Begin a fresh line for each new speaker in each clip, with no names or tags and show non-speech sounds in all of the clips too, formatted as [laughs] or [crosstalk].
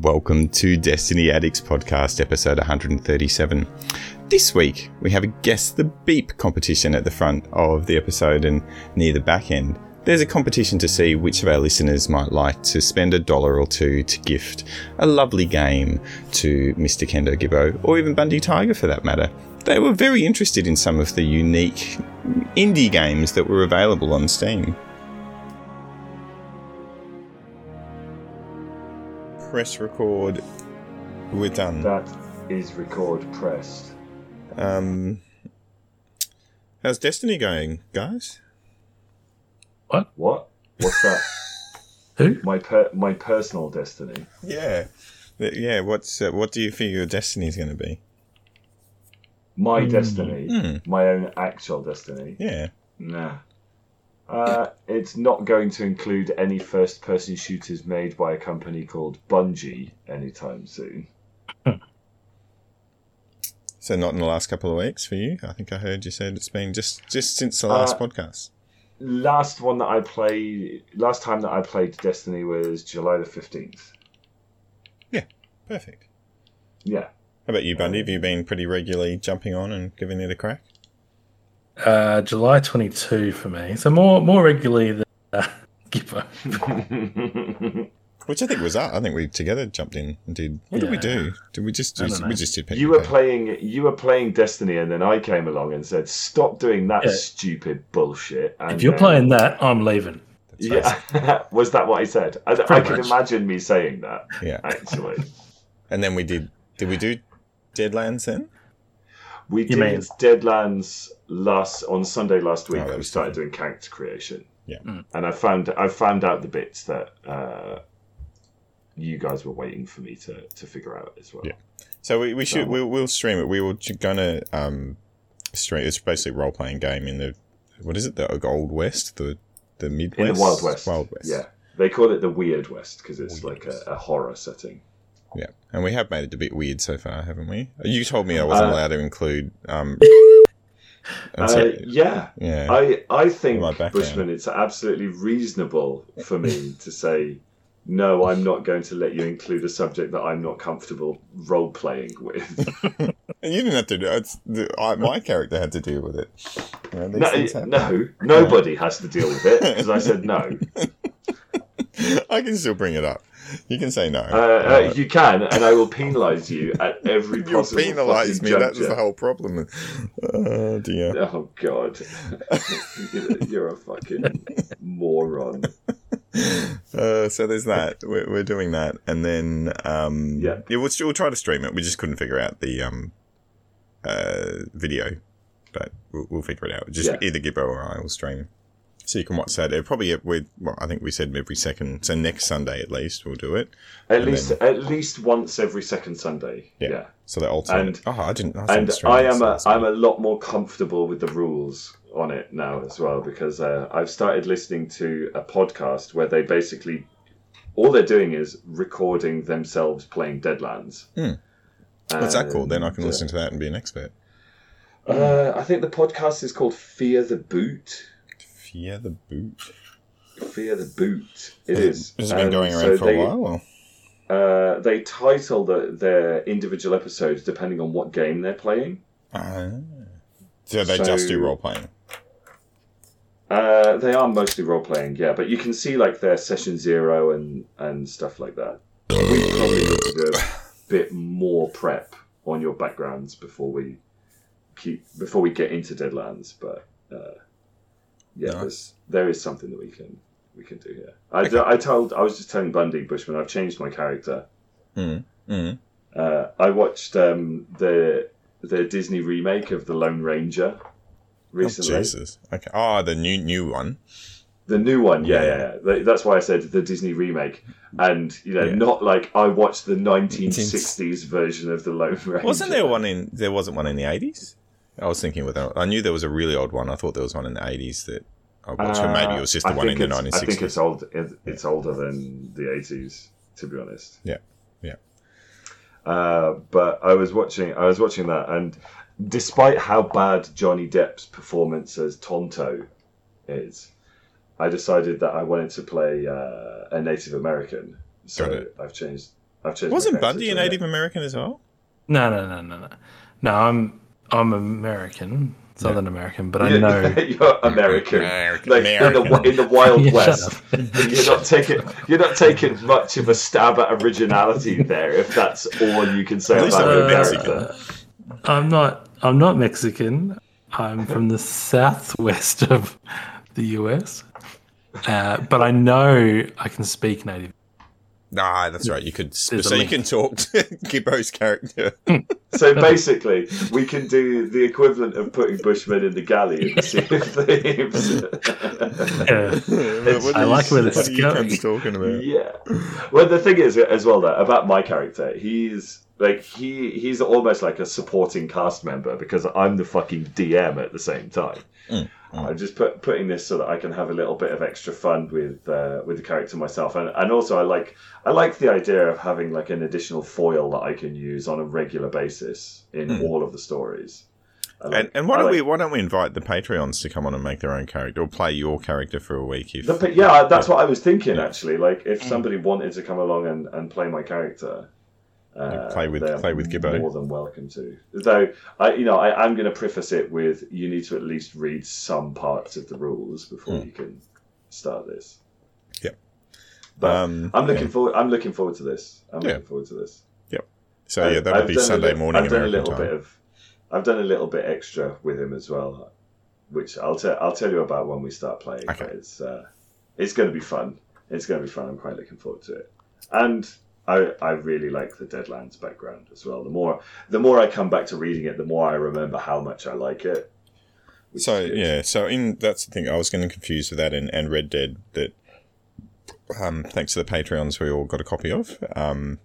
welcome to Destiny Addicts Podcast, episode 137. This week, we have a Guess the Beep competition at the front of the episode and near the back end. There's a competition to see which of our listeners might like to spend a dollar or two to gift a lovely game to Mr. Kendo Gibbo, or even Bundy Tiger for that matter. They were very interested in some of the unique indie games that were available on Steam. press record. We're done.
That is record pressed.
Um, how's Destiny going, guys?
What? What's that?
Who?
My per- my personal destiny.
Yeah, yeah. What's uh, what do you feel your destiny's going to be?
My
Hmm.
destiny.
Hmm.
My own actual destiny.
Yeah.
Nah. Uh, it's not going to include any first person shooters made by a company called Bungie anytime soon.
So not in the last couple of weeks for you. I think I heard you said it's been just just since the last
Uh,
podcast.
Last one that I played, last time that I played Destiny was July the 15th.
Perfect.
Yeah.
How about you, Bundy? Have you been pretty regularly jumping on and giving it a crack?
Uh, July 22 for me. So more more regularly than uh, [laughs] Gipper.
Which I think was that. I think we together jumped in and did. What did we
Yeah.
do? Did we just
I don't know.
we just did?
You were
PvP.
playing you were playing Destiny and then I came along and said, Stop doing that
Yeah.
stupid bullshit. And
If you're
then-
playing that, I'm leaving.
That's right.
[laughs] Yeah. Was that what I said? I, I
Pretty
can
much.
imagine me saying that,
Yeah. [laughs]
actually.
And then we did. Did we do Deadlands then?
We
You
did
mean-
Deadlands last on Sunday last week.
Oh, that
we
was
started doing character creation.
Yeah.
Mm.
And I found I found out the bits that uh, you guys were waiting for me to, to figure out as well.
Yeah. So we, we should
So-
we, we'll stream it. We were ju- gonna um stream. It's basically a role playing game in the what is it the old west the the mid
In the Wild West.
wild west
Yeah. They call it the Weird West because it's
Weird
like a,
West.
a horror setting.
yeah. And we have made it a bit weird so far, haven't we? You told me I wasn't
Uh,
allowed to include
[laughs]
um. and so-
Uh, yeah.
yeah.
I I think
My background.
Bushman, it's absolutely reasonable for me to say, no, I'm not going to let you include a subject that I'm not comfortable role playing with.
and you didn't have to do it. It's the, I,
[laughs]
my character had to deal with it. You know, these
no,
things happen.
no, nobody has to deal with it because I said no.
[laughs] I can still bring it up. You can say no.
Uh, uh, you can, and I will penalise you at every
You'll
possible
penalise
fucking
me. That's
juncture.
the whole problem. Oh dear.
Oh God, [laughs] you're
[laughs]
a fucking moron.
uh, so there's that. We're, we're doing that, and then um,
Yeah.
we'll, we'll try to stream it. We just couldn't figure out the um, uh, video, but we'll, we'll figure it out. Just
Yeah.
either Gibbo or I will stream, so you can watch that. It probably we well, I think we said every second. So next Sunday at least we'll do it.
At
And
least, at least once every second Sunday.
Yeah.
yeah.
So the alternate.
And-
oh, I didn't. I
and
didn't stream
I
it,
am
so
a
that's
I'm a lot more comfortable with the rules on it now as well because uh, I've started listening to a podcast where they basically all they're doing is recording themselves playing Deadlands.
Hmm. What's that called? Then I can
And, uh,
listen to that and be an expert.
Uh, I think the podcast is called Fear the Boot.
Fear the boot.
Fear the Boot. It is.
Has it been
And
going around
so
for
they-
a while? Oh. Or?
Uh, they title the, their individual episodes depending on what game they're playing.
Ah. so they just do
So-
role playing.
Uh, they are mostly role playing, yeah, but you can see like their session zero and and stuff like that. We probably need to do a bit more prep on your backgrounds before we keep before we get into Deadlands, but uh, yeah,
Nice.
there's, there is something that we can we can do here. I, I told I was just telling Bundy Bushman I've changed my character.
Mm. Mm.
Uh, I watched um, the the Disney remake of the Lone Ranger recently.
Oh, Jesus. Okay. Oh, the new new one.
The new one, yeah,
Yeah.
yeah. yeah. Th- That's why I said the Disney remake, and you know,
Yeah.
not like I watched the 1960s version of the Lone Ranger.
Wasn't there one in? There wasn't one in the eighties. I was thinking with. I knew there was a really old one. I thought there was one in the eighties that I watched, or maybe it was just
Uh,
the
I
one in
think
the
it's-
nineteen
I think it's
sixties.
old. it- It's older than the 80s, to be honest.
Yeah. Yeah.
Uh, but I was watching. I was watching that, and despite how bad Johnny Depp's performance as Tonto is, I decided that I wanted to play uh, a Native American. So
Got it.
I've changed. I've changed. my
Wasn't
fancy
Bundy a
to it.
Native American as well?
No, no, no, no, no. No, I'm I'm American, Southern American, but I
[laughs]
know.
[laughs] you're American.
American.
Like In, the,
American.
in the Wild
Yeah, shut
West. You're not taking you're not taking much of a stab at originality there if that's all you can say
At least [laughs]
about
I'm
your
a
character.
Uh, I'm not. I'm not Mexican. I'm from the southwest of the US, uh, but I know I can speak native.
Ah, that's right. You could sp-
There's a
so you
link.
can talk [laughs] to Gibbo's
[laughs]
character.
So basically, we can do the equivalent of putting Bushmen in the galley and see if they.
Yeah.
What
I
are
like
you-
where this
what
is
are you
going.
cunts talking about.
yeah. Well, the thing is, as well, though, about my character, he's like he he's almost like a supporting cast member because I'm the fucking DM at the same time.
Mm, mm.
I'm just put, putting this so that I can have a little bit of extra fun with uh, with the character myself, and and also I like I like the idea of having like an additional foil that I can use on a regular basis in
Mm.
all of the stories. I like-
And, and why
I
don't
like-
we why don't we invite the Patreons to come on and make their own character or play your character for a week if
The, pa- yeah, that's what I was thinking
Yeah.
actually. Like, if somebody wanted to come along and, and play my character, uh,
play with-
they're
play with Gibbo.
more than welcome to. Though, I, you know, I, I'm going to preface it with you need to at least read some parts of the rules before
Mm.
you can start this.
Yep.
But
um,
I'm looking
yeah.
forward. I'm looking forward to this. I'm
Yeah.
looking forward to this.
So yeah,
I've-
that would
I've
be
done a
Sunday
little-
morning
I've done a
American
little
time.
bit of, I've done a little bit extra with him as well, which I'll tell I'll tell you about when we start playing. but
Okay.
It's uh, it's going to be fun. It's going to be fun. I'm quite looking forward to it, and I I really like the Deadlands background as well. The more the more I come back to reading it, the more I remember how much I like it. which
So
is good.
yeah, so in that's the thing. I was getting confused with that and, and Red Dead. That um, thanks to the Patreons, we all got a copy of. Um,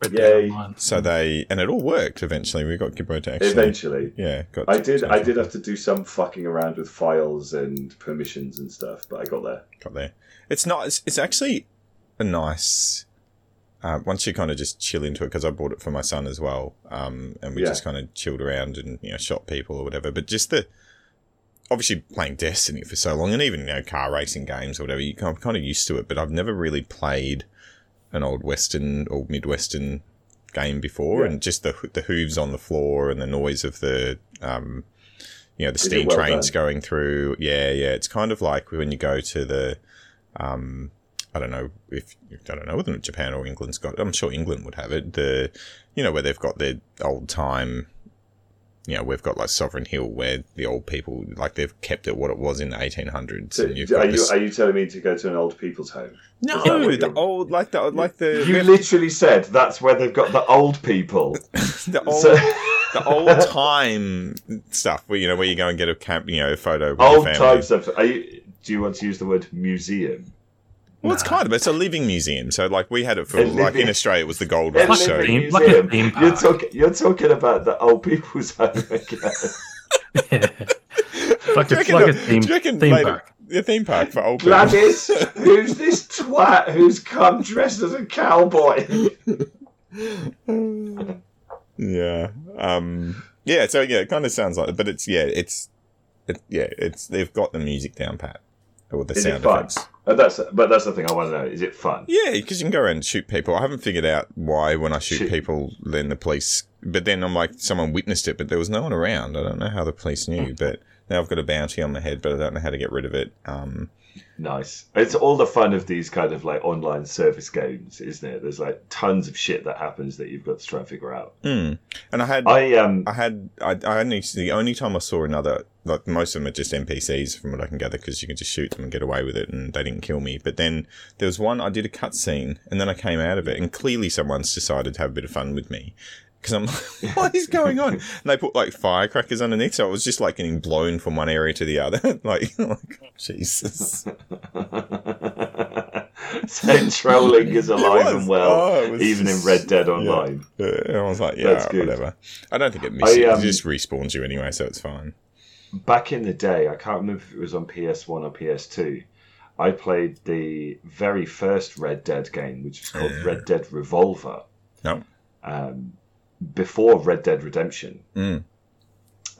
Read
Yay.
that online.
Hmm.
so they and it all worked eventually. We got Gibbo to actually.
eventually.
Yeah, got.
I did. I did have to do some fucking around with files and permissions and stuff, but I got there.
got there. It's not. It's, it's actually a nice. Uh, once you kind of just chill into it, because I bought it for my son as well, um, and we
Yeah.
just kind of chilled around and you know shot people or whatever. But just the obviously playing Destiny for so long, and even you know car racing games or whatever, you kind of, kind of used to it. But I've never really played an old western or midwestern game before,
Yeah.
and just the ho- the hooves on the floor and the noise of the um, you know the
Is it
steam
well
trains
done?
going through. Yeah, yeah, it's kind of like when you go to the um, I don't know if I don't know whether Japan or England's got. I'm sure England would have it. The you know where they've got their old time. You know, we've got like Sovereign Hill where the old people like they've kept it what it was in the 1800s.
So,
and you've
are
got
you
this-
are you telling me to go to an old people's home?
no,
is that what
the
you're-
old like the like the
You literally said that's where they've got the old people. [laughs]
the old [laughs]
so,
the old time stuff where you know where you go and get a camp, you know, photo with
old
your
time
family.
stuff. Are you, do you want to use the word museum?
Well, it's kind of it's a living museum. So like we had it for
A
like in
living-
Australia it was the gold
A
rush.
Like a
So
living-
theme- like a
museum.
theme
You're
park.
talking. You're talking about the old people's home again.
[laughs] Yeah.
[laughs]
It's like
Do
a,
you
it's
reckon
like a
the-
theme,
do you reckon
theme
later-
park.
The theme park for old people.
Gladys, who's this twat who's come dressed as a cowboy?
yeah. Um, yeah. So yeah, it kind of sounds like, but it's yeah, it's it, yeah, it's they've got the music down pat or the
Is it
sound
fun?
effects.
Uh, that's. But that's the thing I want to know. Is it fun?
Yeah, because you can go around and shoot people. I haven't figured out why when I shoot,
Shoot.
people, then the police. But then I'm like, someone witnessed it, but there was no one around. I don't know how the police knew, but now I've got a bounty on my head, but I don't know how to get rid of it. Um,
Nice. It's all the fun of these kind of like online service games, isn't it? There's like tons of shit that happens that you've got to try and figure out.
mm. And I had
I um.
I had I, I only the only time I saw another like most of them are just NPCs from what I can gather because you can just shoot them and get away with it and they didn't kill me. But then there was one I did a cutscene and then I came out of it and clearly someone's decided to have a bit of fun with me because I'm like, [laughs] what is going on? And they put like firecrackers underneath, so I was just like getting blown from one area to the other. [laughs] like, like Jesus,
[laughs] so trolling is alive
It was.
and well,
Oh, it was
even in
just-
Red Dead
yeah.
Online.
Uh, and I was like, [laughs] yeah,
That's
alright,
good.
whatever. I don't think it misses. you.
um,
it just respawns you anyway, so it's fine.
Back in the day, I can't remember if it was on PS1 or PS2. I played the very first Red Dead game, which was called
Yeah.
Red Dead Revolver.
No.
Um, before Red Dead Redemption.
Mm.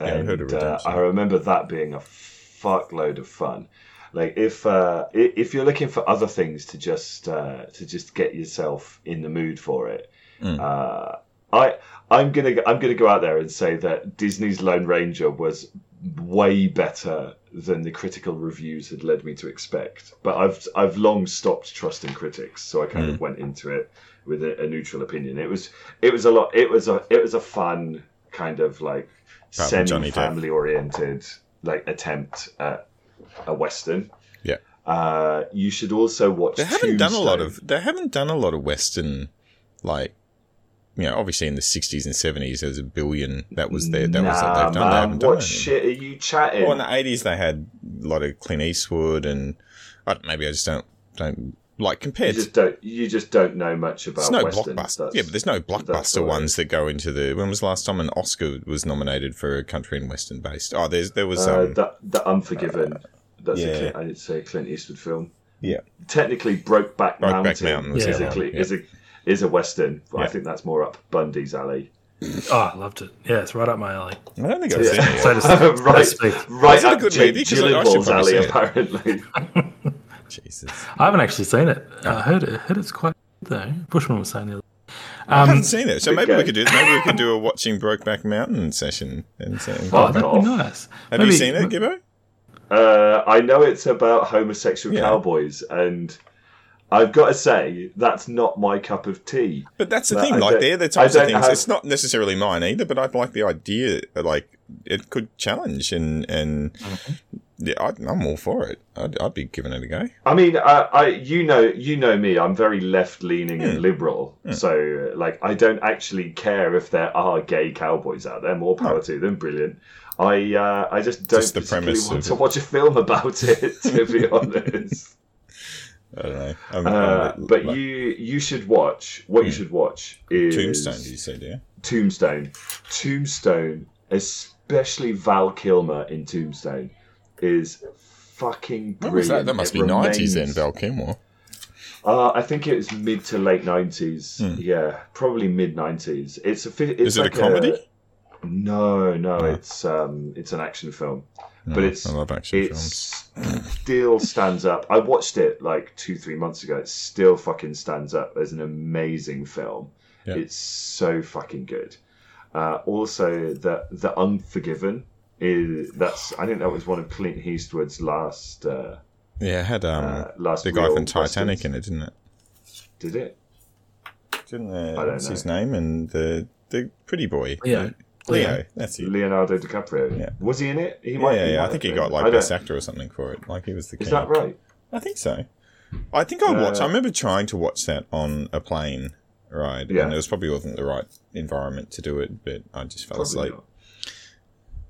Yeah, I've heard of
And, uh,
Redemption.
I remember that being a fuckload of fun. Like if uh, i- if you're looking for other things to just uh, to just get yourself in the mood for it,
Mm.
uh, I I'm gonna go- I'm gonna go out there and say that Disney's Lone Ranger was way better than the critical reviews had led me to expect. But I've I've long stopped trusting critics, so I kind
Hmm.
of went into it with a, a neutral opinion. It was it was a lot. It was a it was a fun kind of like
About the Johnny
semi
Depp.
family oriented like attempt at a western.
Yeah.
Uh, you should also watch.
They haven't done a lot
Tombstone.
of they haven't done a lot of Western like you know, obviously in the sixties and seventies there was a billion that was there that was that
Nah,
they've done. They
man,
haven't
what
done it.
shit are you chatting?
Well in the eighties they had a lot of Clint Eastwood and I don't, maybe I just don't don't like
you
compared to
just don't. You just don't know much about.
there's no
Western.
blockbuster.
That's-
Yeah, but there's no
that's
blockbuster
all right.
ones that go into the. When was the last time an Oscar was nominated for a country and western based? Oh, there's there was.
uh,
Um,
that the Unforgiven. that's
uh, yeah.
a Clint, I'd say a Clint Eastwood film.
Yeah.
Technically,
Brokeback
Brokeback, Mountain,
Mountain was
the
is,
other
a,
one,
Cle-
yeah.
is a is a western. but I
Yeah.
think that's more up Bundy's
[laughs]
alley.
Oh, I loved it. Yeah, it's right up my alley.
I don't think I've seen
[laughs]
it.
So to speak.
right,
So to speak.
right
Is it a
up
good
Jake
movie? 'Cause I- I should
Gyllenhaal's
probably
alley,
see it.
apparently.
Jesus,
I haven't actually seen it. Uh, I heard it. I heard it's quite good though. Bushman was saying the other.
I
Um,
haven't seen it. So
big
maybe we
game.
could do maybe we could do a watching Brokeback Mountain session. And so,
Oh,
oh, that'd be
off.
nice.
have
Maybe-
you seen it, Gibbo?
Uh, I know it's about homosexual
Yeah.
cowboys, and I've got to say that's not my cup of tea.
But that's the
No,
thing.
I
Like
don't-
they're the
I
types of
don't
things.
have-
It's not necessarily mine either. But I like the idea. Like it could challenge and and yeah, I, I'm all for it. I'd, I'd be giving it a go.
I mean, I, I you know you know me. I'm very left leaning
Hmm.
and liberal,
Hmm.
so uh, like I don't actually care if there are gay cowboys out there. More power
No.
to them. Brilliant. I uh, I just don't
Oh. Just the
particularly
premise
want
of
to
it.
watch a film about it. [laughs] To be
[laughs]
honest,
I don't know. I'm,
uh,
I'm-
but
like,
you you should watch what you
Hmm.
should watch is
Tombstone, you said, yeah.
Tombstone. Tombstone, especially Val Kilmer in Tombstone, is fucking
When
brilliant.
was that? That must
It
be nineties then,
remains-
Val Kilmer.
Uh, I think it was mid to late nineties.
Hmm.
Yeah, probably mid nineties. It's a. fi- It's
Is it
like
a comedy?
no, no,
No.
It's um, it's an action film.
No,
but it's-
Oh, I love action
It
films.
still stands up. I watched it like two, three months ago. It still fucking stands up as an amazing film.
Yeah.
It's so fucking good. Uh, also, the the Unforgiven is that's I think that was one of Clint Eastwood's last uh,
Yeah, it had um,
uh, last.
the guy
real
from Titanic
westerns.
in it, didn't it?
Did it?
Didn't uh,
I don't
what's
know.
his name and the the pretty boy
Leo.
Leo. Leo, That's it.
Leonardo DiCaprio.
Yeah.
Was he in it? He
Yeah, yeah,
he
yeah. I
have
think he
been.
got
I
like
don't-
best actor or something for it. Like he was the king.
Is that right?
I think so. I think I watched. I
Uh,
remember trying to watch that on a plane ride,
Yeah.
and it was probably wasn't the right environment to do it, but I just fell
Probably
asleep.
not.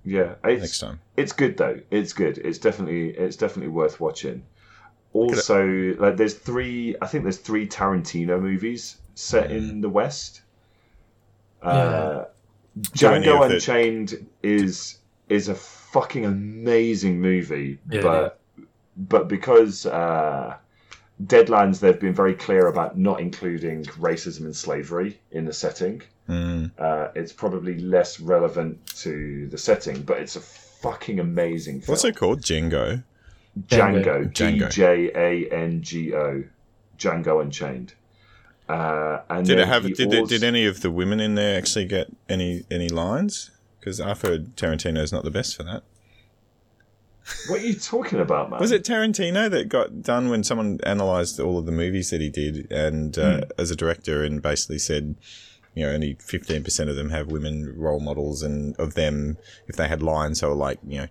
Yeah,
Next
it's,
time,
it's good though. It's good. It's definitely it's definitely worth watching.
at-
Also, like there's three. I think there's three Tarantino movies set in the West. Uh,
Do any
Django
of the-
Unchained is is a fucking amazing movie,
Yeah,
but but because uh, Deadlands they've been very clear about not including racism and slavery in the setting.
Mm,
Uh, it's probably less relevant to the setting, but it's a fucking amazing film.
what's it called? Django.
Django.
Django.
D J A N G O. Django Unchained. Uh, and
Did
then
it have?
he
Did it,
also-
did any of the women in there actually get any any lines? Because I've heard Tarantino's not the best for that.
What are you talking about, man?
Was it Tarantino that got done when someone analysed all of the movies that he did and uh,
Hmm.
as a director and basically said, you know, only fifteen percent of them have women role models, and of them, if they had lines, they were like, you know,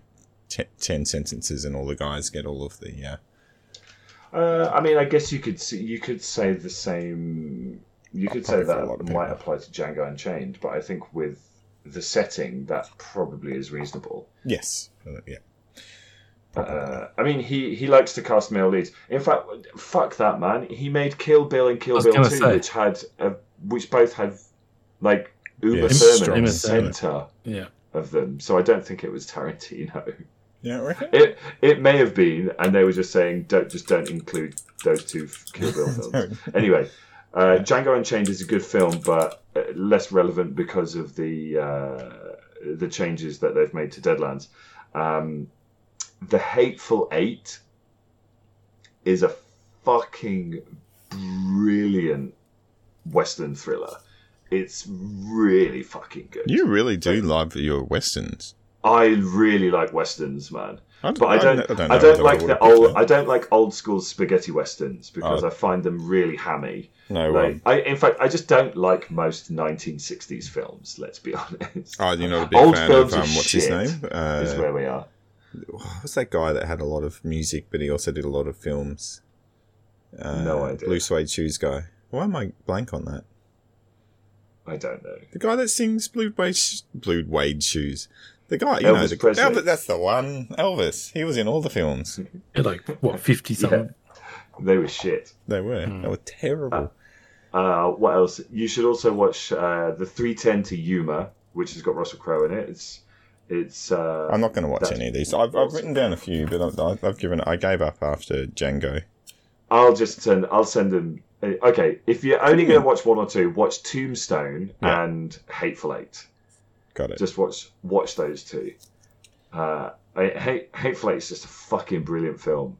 te- ten sentences, and all the guys get all of the. Uh,
Uh, I mean, I guess you could s you could say the same. You could say
Probably for a lot
that
of
might
people.
apply to Django Unchained, but I think with the setting, that probably is reasonable.
yes. Uh, Yeah.
Uh, I mean, he, he likes to cast male leads. In fact, fuck that man. He made Kill Bill and
I
Kill
was
Bill
gonna
Two,
say.
which had a, which both had like Uma
Yeah,
Thurman
strong
in the
Thurman.
center
Yeah.
of them. So I don't think it was Tarantino.
Yeah. I reckon.
It it may have been, and they were just saying don't just don't include those two Kill Bill films. anyway, uh, Django Unchained is a good film, but uh, less relevant because of the uh, the changes that they've made to Deadlands. Um, the Hateful Eight is a fucking brilliant Western thriller. It's really fucking good.
[laughs] You really do love your westerns.
I really like westerns, man.
I
But I don't, I don't,
know whether
like
would
the
have
old,
picked
I don't like old school spaghetti westerns because I find them really hammy.
that. No
Like,
one.
I, in fact, I just don't like most 1960s films. Let's be [laughs] honest.
Oh, you're not a big
Old
fan
films
of
are
um, what's his
shit,
name?
is
Uh,
where we are.
what's that guy that had a lot of music, but he also did a lot of films? Uh,
No idea.
Blue suede shoes guy. Why am I blank on that?
I don't know.
The guy that sings Blue Wade, Sh- Blue Wade Shoes. The guy, you know,
Elvis
the,
Presley.
Elvis, that's the one. Elvis. He was in all the films.
They're like what fifty [laughs] something.
They were shit.
They were.
Mm.
They were terrible.
Uh, what else? You should also watch uh, the 310 to Yuma, which has got Russell Crowe in it. It's it's uh,
I'm not going to watch
that's
any of these. I've, I've
awesome.
written down a few, but I've, I've given. I gave up after Django.
I'll just send. I'll send them. uh, Okay, if you're only
Hmm.
going to watch one or two, watch Tombstone
Yeah.
and Hateful Eight.
Got it.
Just watch watch those two. Uh, I, Hate, Hateful Eight is just a fucking brilliant film,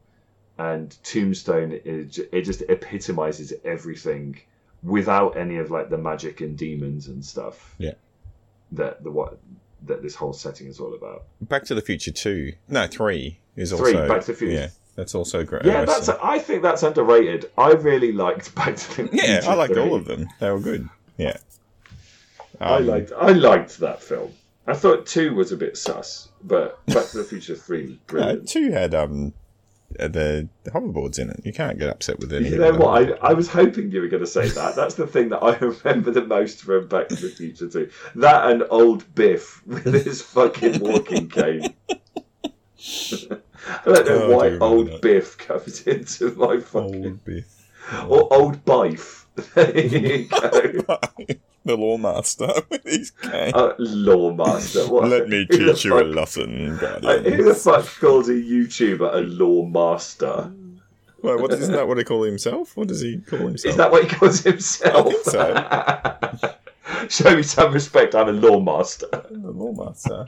and Tombstone is ju- it just epitomizes everything without any of like the magic and demons and stuff.
Yeah.
That the what that this whole setting is all about.
Back to the Future Two. No, three is
Three,
also.
Back to the Future.
Yeah, that's also great.
Yeah, that's. I think that's underrated. I really liked Back to the
[laughs] yeah,
Future
I liked
3.
all of them. They were good. Yeah.
I
Um,
liked I liked that film. I thought two was a bit sus, but Back to the Future three was
No,
brilliant.
two had um uh, the hoverboards in it. You can't get upset with any
you
of
know
them.
what? I, I was hoping you were going to say that. That's the thing that I [laughs] remember the most from Back to the Future two. That and old
[laughs]
Biff with his fucking walking cane. [laughs] I don't
Oh,
know
I
why
do remember
old
that.
Biff comes [laughs] into my fucking
Old Biff.
or old Bife. [laughs] There you go.
[laughs] the lawmaster with his cane.
Uh, Lawmaster. What-
Let me
who the
teach you a
fuck-
lesson,
Uh, Who
Guardian.
the fuck calls a YouTuber a law master?
Wait, what, isn't that what he call himself? What does he call himself?
Is that what he calls himself?
I think
[laughs] Show me some respect. I'm a law master.
a lawmaster?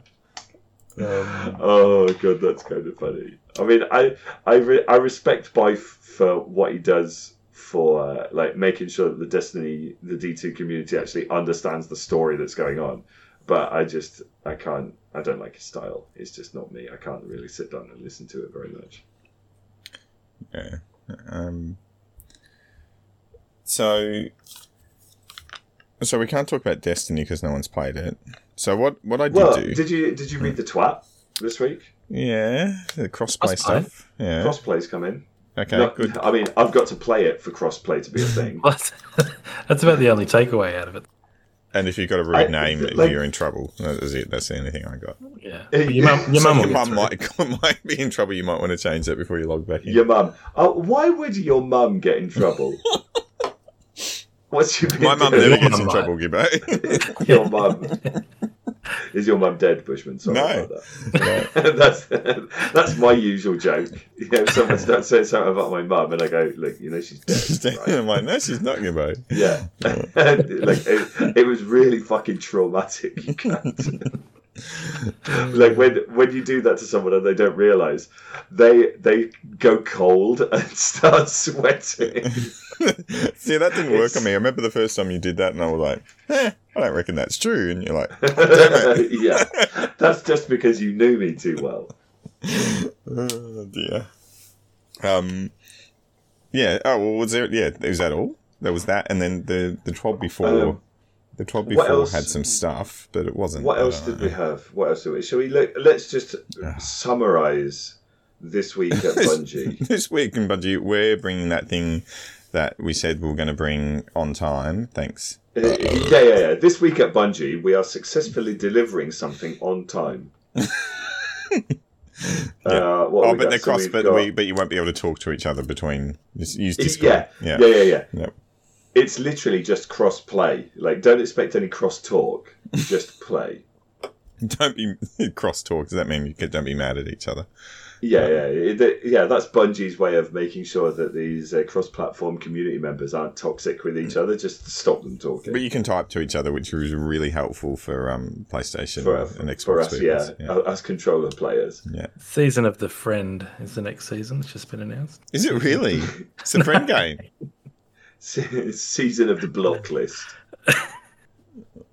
Um,
Oh god, that's kind of funny. I mean, I I, re- I respect Bife for what he does for uh, like making sure that the Destiny the D two community actually understands the story that's going on. But I just I can't I don't like his style. It's just not me. I can't really sit down and listen to it very much.
yeah. Um, so, so we can't talk about Destiny because no one's played it. So what? What I did
Well,
do?
did you did you read the twat this week?
yeah, the crossplay
Crossplay?
stuff. Yeah.
Crossplay's come in.
okay.
No,
good.
I mean, I've got to play it for crossplay to be a thing.
Well, That's, that's about the only takeaway out of it.
And if you've got a rude
I-
name,
like-
you're in trouble. That is it. That's the only thing I got.
Yeah,
Eh,
your mum, your
So
mum will
your
get
mum
through.
might, [laughs] might be in trouble. You might want to change that before you log back in.
Your mum. Oh, why would your mum get in trouble? What's your
My mum
Your
never
mum
gets in
might.
trouble, Gibbo. [laughs]
Your mum. Is your mum dead, Bushman? Sorry
No.
about
No.
that. [laughs] that's that's my usual joke. You know, if someone starts saying something about my mum, and I go, "Look, you know, she's
[laughs] She's
dead."
dead.
right?
I'm like, no, she's not Gibbo. [laughs]
Yeah, [laughs] like it, it was really fucking traumatic. You can't. like when when you do that to someone and they don't realize, they they go cold [laughs] and start sweating. [laughs]
See, that didn't work
It's-
on me. I remember the first time you did that, and I was like, eh, I don't reckon that's true. And you're like,
yeah, that's just because you knew me too well.
oh, dear. Um, yeah. Oh, well, was there? Yeah, was that all? There was that, and then the the twelve before.
Um,
the twelve
what
before
else-
had some stuff, but it wasn't.
What
I
else
don't
did
know. [laughs]
we have? What else did we? Shall we look? Let's just summarize this week at Bungie.
this week in Bungie, we're bringing that thing that we said we were going to bring on time. Thanks.
Uh, yeah, yeah, yeah. This week at Bungie, we are successfully delivering something
[laughs]
on time. uh, what
oh,
we
but
got?
the
So
cross,
we've
but
got-
we, but you won't be able to talk to each other between. Just use
yeah,
Discord.
yeah, yeah, yeah,
Yep. [laughs]
It's literally just cross play. Like, don't expect any cross talk. Just play.
Don't be [laughs] crosstalk. Does that mean you could, don't be mad at each other?
Yeah, yeah, it- it- yeah. That's Bungie's way of making sure that these uh, cross-platform community members aren't toxic with each other. Just stop them talking.
Mm. But you can type to each other, which was really helpful for um, PlayStation
for,
and Xbox.
for us, yeah,
people.
us controller players.
Season of the Friend is the next season. It's just been announced.
Is it really? It's a friend game.
Se- [laughs] Season of the block list.
[laughs]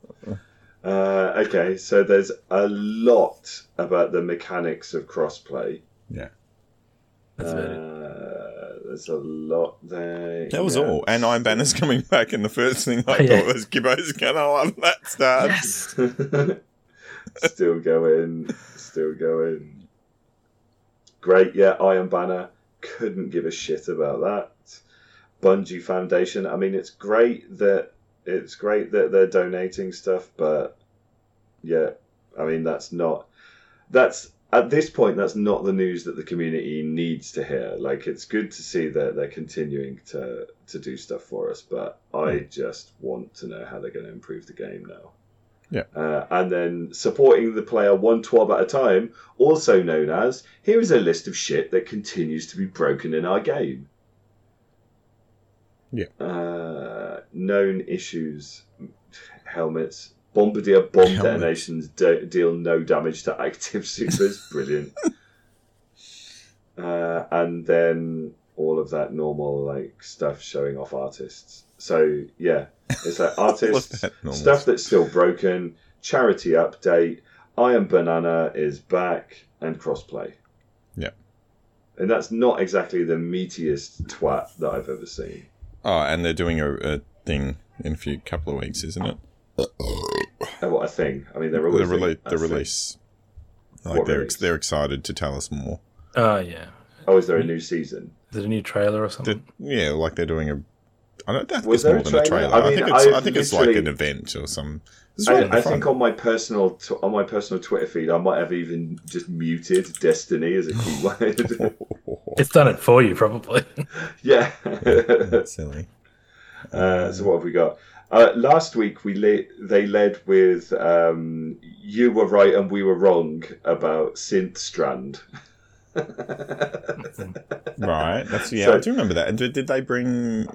Uh, okay, so there's a lot about the mechanics of crossplay.
That's about it.
Uh, there's a lot there.
That was
yeah.
all. And Iron Banner's coming back, and the first thing I
Yeah.
thought was Gibbo's gonna love that stuff.
Yes.
[laughs] still going, still going. Great, yeah, Iron Banner. Couldn't give a shit about that. Bungie Foundation. I mean, it's great that it's great that they're donating stuff, but yeah, I mean that's not that's at this point that's not the news that the community needs to hear. Like, it's good to see that they're continuing to to do stuff for us, but
Hmm.
I just want to know how they're going to improve the game now. Uh, and then supporting the player one twab at a time, also known as here is a list of shit that continues to be broken in our game.
Yeah.
Uh, known issues: helmets, bombardier bomb
Helmets.
detonations do- deal no damage to active supers. Brilliant. Uh, and then all of that normal like stuff showing off artists. So yeah,
[laughs]
it's like artists
that normal
stuff that's still broken, charity update, Iron Banana is back, and crossplay.
Yeah.
And that's not exactly the meatiest twat that I've ever seen.
Oh, and they're doing a, a thing in a few couple of weeks, isn't it?
Oh, what a thing! I mean, they're
The,
always
rele-
thinking-
the
that's
release. Like
What
they're
release?
they're excited to tell us more.
Oh yeah.
it. Oh, is there a new season?
Is it a new trailer or something?
The- yeah, like they're doing a. I don't think it's
Was there
more
a
than a
trailer?
trailer.
I
I,
mean,
think it's, I
I've
think it's like an
literally-
event or some. It's really
I, I
fun.
think on my personal t- on my personal Twitter feed, I might have even just muted Destiny as a
[laughs]
keyword.
It's done it for you, probably. [laughs]
yeah.
That's silly.
[laughs] Uh, so what have we got? Uh, last week we le- they led with um, "You were right and we were wrong" about Synth Strand.
Right. That's yeah.
So-
I do remember that. And did, did they bring?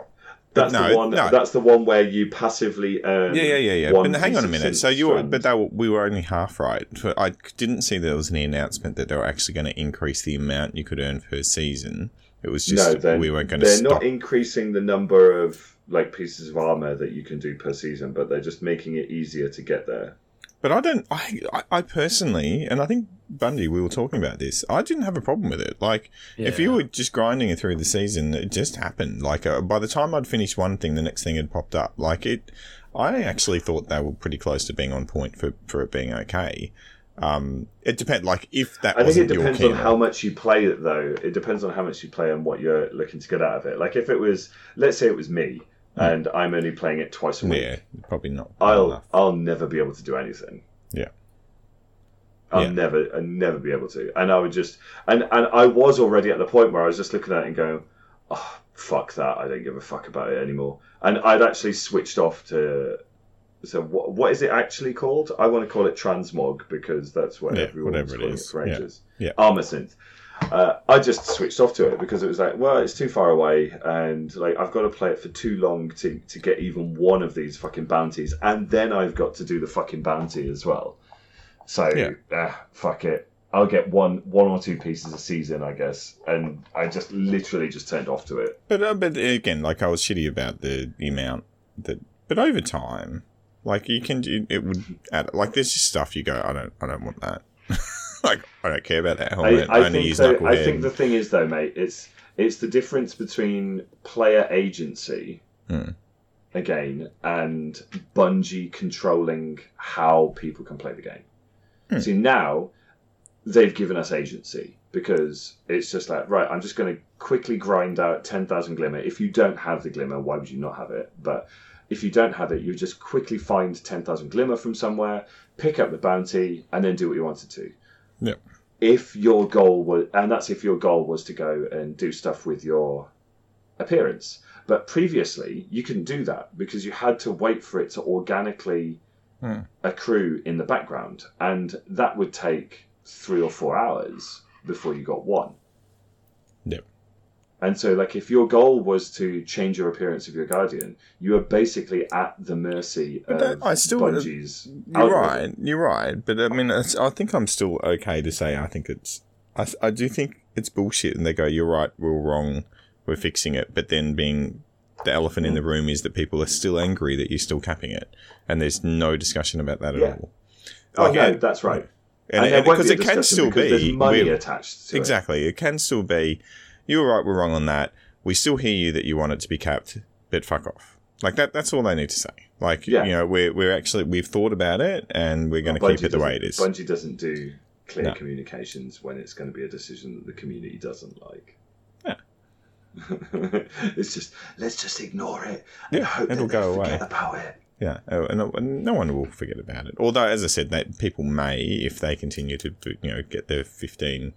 That's
no,
the one.
no.
That's the one where you passively earn.
Yeah, yeah, yeah, yeah.
um, one
But hang
piece
on a
of
minute.
Synth
So you, were,
Strand.
but they were, we were only half right. So I didn't see there was any announcement that they were actually going to increase the amount you could earn per season. It was
no,
just
they're,
we weren't going to
they're
stop.
not increasing the number of like pieces of armor that you can do per season, but they're just making it easier to get there.
but I don't. I, I, I personally, and I think Bundy, we were talking about this. I didn't have a problem with it. Like if you
Yeah.
were just grinding it through the season, it just happened. Like uh, by the time I'd finished one thing, the next thing had popped up. Like it, I actually thought they were pretty close to being on point for for it being okay. Um, it depends. Like if that
I think it
wasn't
depends
your
on
key,
how much you play it, though. It depends on how much you play and what you're looking to get out of it. Like if it was, let's say it was me, and I'm only playing it twice a week.
Hmm. yeah, probably not.
I'll
enough.
I'll never be able to do anything.
Yeah.
I'll
Yeah.
never I'll never be able to. And I would just and and I was already at the point where I was just looking at it and going, Oh, fuck that, I don't give a fuck about it anymore. And I'd actually switched off to so what what is it actually called? I want to call it transmog because that's what
Yeah,
everyone
whatever
was
it
calling
is.
for ages.
Yeah.
Armor synth. Uh, I just switched off to it because it was like, well, it's too far away, and like I've got to play it for too long to, to get even one of these fucking bounties, and then I've got to do the fucking bounty as well. So
Yeah.
ah, fuck it, I'll get one one or two pieces a season, I guess, and I just literally just turned off to it.
But uh, but again, like I was shitty about the, the amount that. But over time, like you can, do it would add. Like there's just stuff you go, I don't, I don't want that. [laughs] like I don't care about that helmet. I, only use
though-
knucklehead.
I think the thing is though, mate, it's it's the difference between player agency
Hmm.
again and Bungie controlling how people can play the game.
Hmm.
See now they've given us agency because it's just like right, I'm just going to quickly grind out ten thousand glimmer. If you don't have the glimmer, why would you not have it? But if you don't have it, you just quickly find ten thousand glimmer from somewhere, pick up the bounty, and then do what you wanted to if your goal was and that's if your goal was to go and do stuff with your appearance but previously you couldn't do that because you had to wait for it to organically
Hmm.
a crew in the background, and that would take three or four hours before you got one.
Yep.
And so, like, if your goal was to change your appearance of your guardian, you are basically at the mercy
But
of
that- I still-
Bungie's.
You're
algorithm.
right. You're right. But I mean, it's, I think I'm still okay to say I think it's. I, I do think it's bullshit, and they go, "You're right. We're wrong. We're fixing it." But then being the elephant
Hmm.
in the room is that people are still angry that you're still capping it, and there's no discussion about that
Yeah.
at all.
Oh,
Like,
no,
and-
that's right.
and,
there
and-
won't
because
be a
it can
discussion
still
because
be
there's money
we're-
attached. To it.
Exactly. It can still be, you're right, we're wrong on that. We still hear you that you want it to be capped, but fuck off. Like that. That's all they need to say. Like
Yeah.
you know, we're we're actually we've thought about it, and we're going to
Bungie
keep it the way it is.
doesn't- Bungie doesn't do clear
No.
communications when it's going to be a decision that the community doesn't like.
Yeah.
[laughs] it's just let's just ignore it. and
Yeah,
hope that
it'll
they [laughs]
go
forget
away.
About it.
Yeah, oh, and no- and no one will forget about it. Although, as I said, that people may, if they continue to do- you know get their fifteen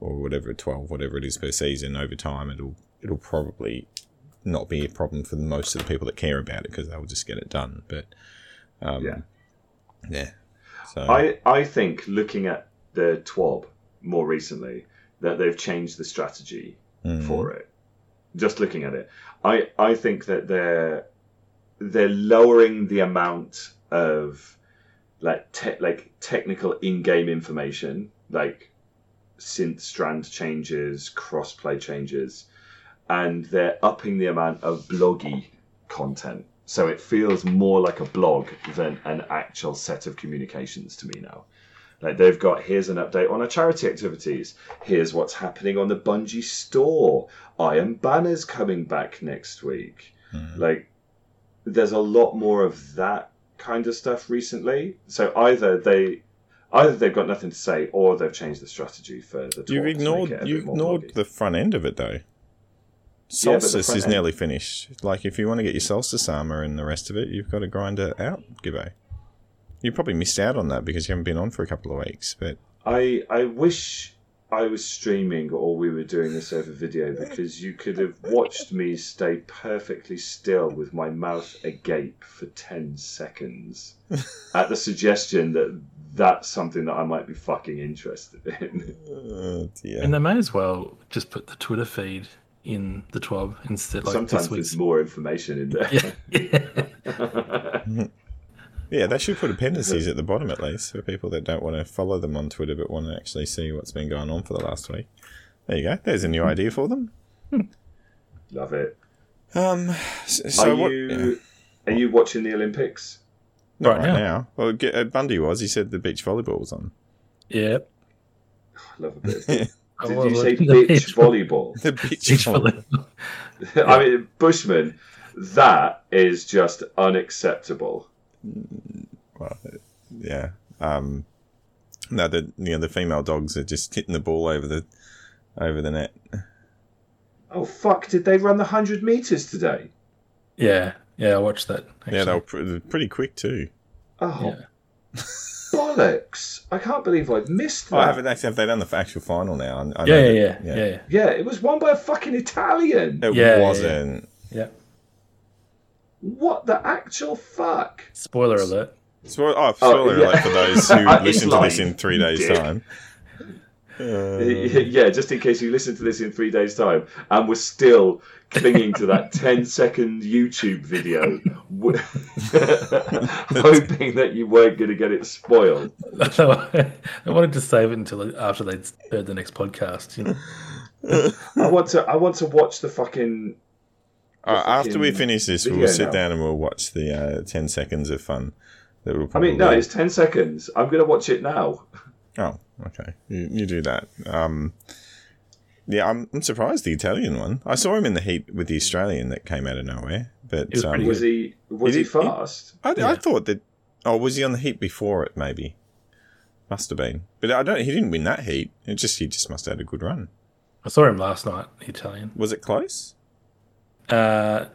or whatever twelve, whatever it is per season over time, it'll it'll probably not be a problem for most of the people that care about it because they will just get it done. But um,
Yeah.
yeah. So
I, I think looking at the TWAB more recently, that they've changed the strategy
mm,
for it. Just looking at it, I I think that they're they're lowering the amount of like te- like technical in-game information, like synth strand changes, cross-play changes, and they're upping the amount of bloggy content. So it feels more like a blog than an actual set of communications to me now. Like they've got here's an update on our charity activities. Here's what's happening on the Bungie store. Iron Banner's coming back next week.
mm.
Like there's a lot more of that kind of stuff recently. So either they either they've got nothing to say or they've changed the strategy for the
You've
talk to make
ignored
it a
you
bit more
ignored
bloggy.
the front end of it though.
Yeah, but the
Solstice
front
is
end-
nearly finished. Like if you want to get your solstice armor and the rest of it, you've got to grind it out, Gibbo. You probably missed out on that because you haven't been on for a couple of weeks. But
I I wish I was streaming or we were doing this over video because you could have watched me stay perfectly still with my mouth agape for 10 seconds at the suggestion that that's something that I might be fucking interested in.
uh,
Oh,
dear.
And they may as well just put the Twitter feed in the TWAB instead, like
Sometimes
this week's.
there's more information in there.
[laughs] Yeah.
yeah, they should put appendices at the bottom at least for people that don't want to follow them on Twitter but want to actually see what's been going on for the last week. There you go. There's a
Hmm.
new idea for them.
Love it.
Um, s- so
are
what?
you
yeah.
are you watching the Olympics?
Not right
Right now.
now. Well, G- uh, Bundy was. He said the beach volleyball was on.
yeah. Oh,
I love a bit. Did
the
I
you
was
say
watching the
bitch
[laughs] beach
volleyball? [laughs]
beach,
Beach
volleyball.
volleyball.
I mean, Bushman, that is just unacceptable.
well, yeah. Um, no, the you know the female dogs are just hitting the ball over the over the net.
Oh fuck! Did they run the hundred meters today?
Yeah. Yeah, I watched that.
Yeah, they were
actually.
pr- they're pretty quick too.
Oh
Yeah.
bollocks! I can't believe I've missed that.
Oh, I haven't actually have they done the actual final now? I, I know
Yeah,
that-
yeah, yeah, yeah, yeah.
Yeah, it was won by a fucking Italian.
It
Yeah, yeah, yeah.
wasn't.
yeah.
What the actual fuck?
Spoiler alert.
Spoil- oh, spoiler
yeah.
alert for those who
[laughs] It's
listen to this
live,
in three
you
days'
dick.
time. Uh,
[laughs] yeah, just in case you listen to this in three days' time and we're still clinging to [laughs] that 10 second YouTube video, [laughs] w- hoping that you weren't going to get it spoiled.
[laughs] I wanted to save it until after they'd heard the next podcast. You know?
I want to, I want to watch the fucking.
all right, Uh, after we
fucking
finish this, we'll
video
sit
now.
down and we'll watch the uh, ten seconds of fun. That will
I
probably
mean, no, it's 10 seconds. I'm going to watch it now.
Oh, okay. You, you do that. Um, yeah, I'm, I'm surprised the Italian one. I saw him in the heat with the Australian that came out of nowhere. But
It was
um,
pretty
Was
good.
he, was
He
he
did- he-
fast?
I, I
Yeah.
thought that. Oh, was he on the heat before it? Maybe. Must have been. But I don't. He didn't win that heat. It just he just must have had a good run.
I saw him last night, the Italian.
Was it close?
Uh,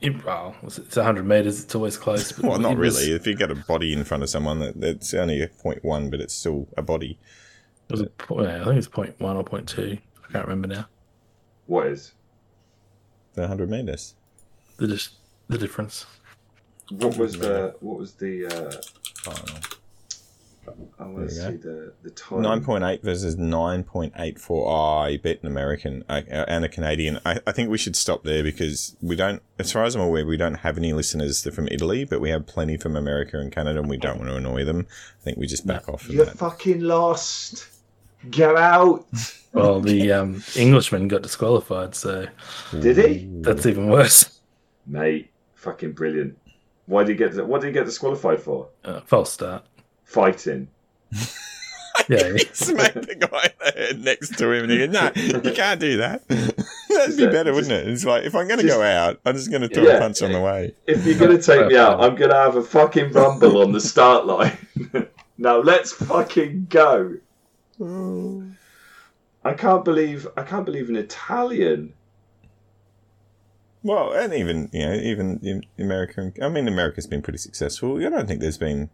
it, well, it's 100 metres, it's always close. But
[laughs] Well, not
it was-
really. If you get a body in front of someone, that, that's only a point one, but it's still a body.
It was a, po- yeah, I think it was point one or point two. I can't remember now.
What is?
The hundred meters.
The dis- the difference.
What was the what was the uh,
final.
I want to
There we
see the the time.
Nine point eight versus nine point eight four. Ah, you bet an American uh, and a Canadian. I, I think we should stop there because we don't, as far as I'm aware, we don't have any listeners that are from Italy, but we have plenty from America and Canada, and we don't want to annoy them. I think we just back off from
You're
that.
fucking lost. Get out.
Well, the um, Englishman got disqualified, so
Did he?
[laughs]
that's even worse. [laughs]
Mate, fucking brilliant. Why did he get? What did he get disqualified for?
Uh, false start.
Fighting.
Yeah,
[laughs]
yeah.
Smack the guy in the head next to him, and he goes, "No,
[laughs]
you can't do that." That'd be
Just-
better,
just-
wouldn't it? It's like if I'm going to
just-
go out, I'm just going to throw
Yeah.
a punch on the way.
If you're gonna take me out, I'm gonna have a fucking rumble on the start line. [laughs] now let's fucking go. Oh. I can't believe I can't believe an Italian.
Well, and even you know, even in America. I mean, America's been pretty successful. I don't think there's been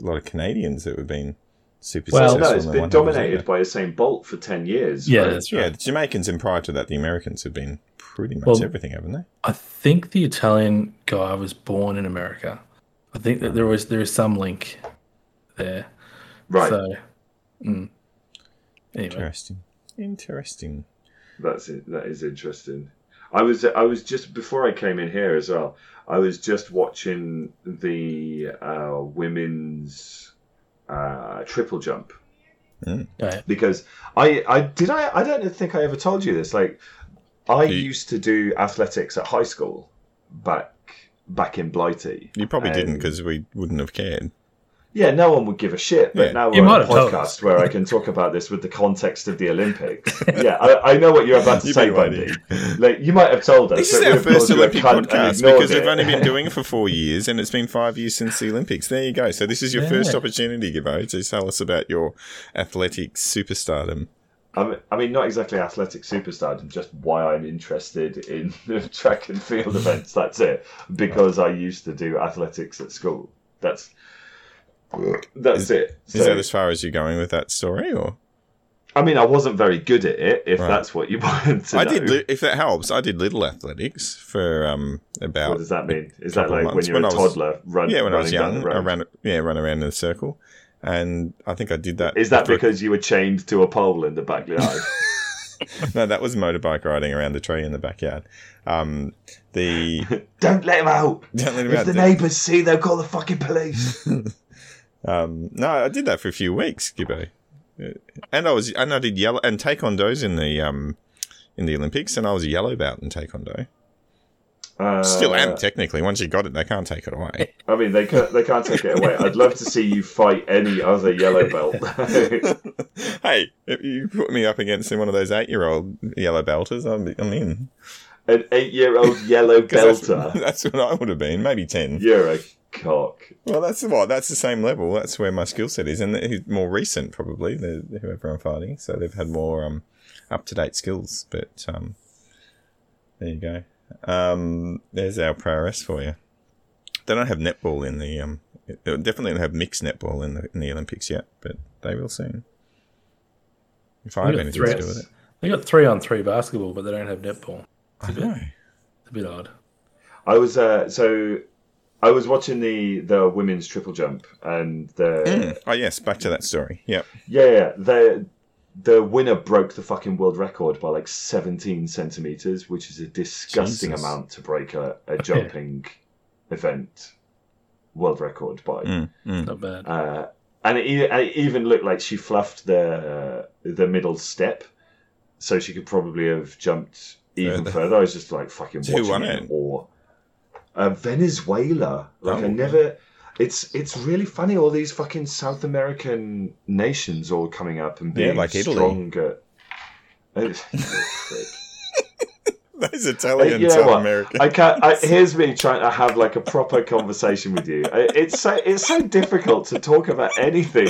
a lot of Canadians that have been super
Well,
successful.
no, it's
in
been
one
dominated
hundred,
by Usain Bolt for ten years.
yeah,
right?
that's
Yeah,
right.
the Jamaicans and prior to that, the Americans have been pretty much
Well-
everything, haven't they?
I think the Italian guy was born in America. I think that there was there is some link there.
right.
So, mm. anyway,
Interesting. Interesting.
That's it. That is interesting. I was I was just before I came in here as well. I was just watching the uh, women's uh, triple jump
Alright.
because I I did I I don't think I ever told you this. Like I
You-
used to do athletics at high school back back in Blighty.
You probably didn't
And-
because we wouldn't have cared.
Yeah, no one would give a shit, but
Yeah.
now
You
we're on
might
a
have told us.
podcast where I can talk about this with the context of
[laughs]
the Olympics. yeah, I, I know what you're about to
You've
say,
been
Bundy.
waiting. [laughs]
Like you might have told us.
This
but
is
we
our
have called
first
you a
Olympic
cunt and
podcast
ignored
because
it.
we've only
[laughs]
been doing it for four years and it's been five years since the Olympics. There you go. So this is your first
Yeah.
opportunity, Gibbo, to tell us about your athletic superstardom.
I mean- I mean, not exactly athletic superstardom, just why I'm interested in [laughs] track and field events. That's it. Because I used to do athletics at school. That's that's
Is-
it.
Is
So-
that as far as you're going with that story, or
I mean, I wasn't very good at it. If
Right.
that's what you [laughs] wanted to
I
know.
did? Li- if that helps, I did little athletics for um about
What does that mean? Is
Couple
that like when
months.
you're
When
a
I was-
toddler? run,
yeah when I was
running down
young.
the
I
road?
ran yeah run around in a circle, and I think I did that.
Is that
for a
because you were chained to a pole in the backyard?
no, that was motorbike riding around the tree in the backyard. Um,
[laughs]
the
Don't let him out.
[laughs] don't let him
If
out
the
the-
neighbours see, they'll call the fucking police.
um, no, I did that for a few weeks, Gibbo. Uh, And I was and I did yellow and taekwondo's in the um in the Olympics, and I was a yellow belt in taekwondo.
[laughs] Uh,
Still am technically. Once you got it, they can't take it away.
I mean, they can't, they can't take it away. I'd love to see you fight any other yellow
[laughs]
belt. [laughs]
hey, if you put me up against one of those eight-year-old yellow belters, I'm, I'm in.
An eight year old yellow
'Cause [laughs]
belter.
That's, that's what I would have been. Maybe ten.
You're a cock.
Well, that's what. That's the same level. That's where my skill set is, and it's more recent probably. The, whoever I'm fighting, so they've had more um, up to date skills. But um, there you go. Um, there's our prowess for you. They don't have netball in the. Um, they'll definitely don't have mixed netball in the in the Olympics yet, but they will soon. If I have
got
anything to
threats.
do with it,
they got three on three basketball, but they don't have netball.
I know.
It's a bit odd.
I was uh, so I was watching the the women's triple jump and the
Mm. Oh yes, back to that story. Yep.
yeah, yeah the the winner broke the fucking world record by like 17 centimeters, which is a disgusting
Jesus.
amount to break a, a jumping event world record by.
Mm, mm.
Not bad.
Uh, and it, e- and it even looked like she fluffed the uh, the middle step, so she could probably have jumped even
Further.
further. I was just like fucking
Who
watching
won
it
it?
in awe. Uh, Venezuela, like
Oh.
I never. It's it's really funny. All these fucking South American nations all coming up and
Yeah,
being
like Italy.
stronger. Frick.
Those Italian
you know
South
what?
American.
I can't. I, here's me trying to have like a proper conversation with you. I- It's so it's so difficult to talk about anything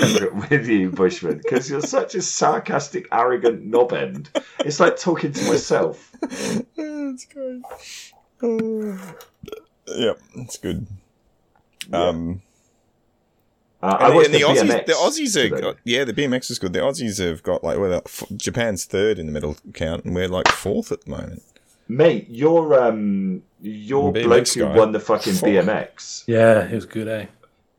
with you, Bushman, because you're such a sarcastic, arrogant knobend. It's like talking to myself.
[laughs] it's great. [sighs] yep, it's good.
Yeah.
Um,
Uh, I
and,
watched
and the,
the,
Aussies,
BMX
the Aussies are
today.
got, yeah, the BMX is good. The Aussies have got like well, f- Japan's third in the medal count, and we're like fourth at the moment.
mate. Your um, your
BMX
bloke who
guy.
won the fucking
Fuck.
BMX.
Yeah, he was good, eh?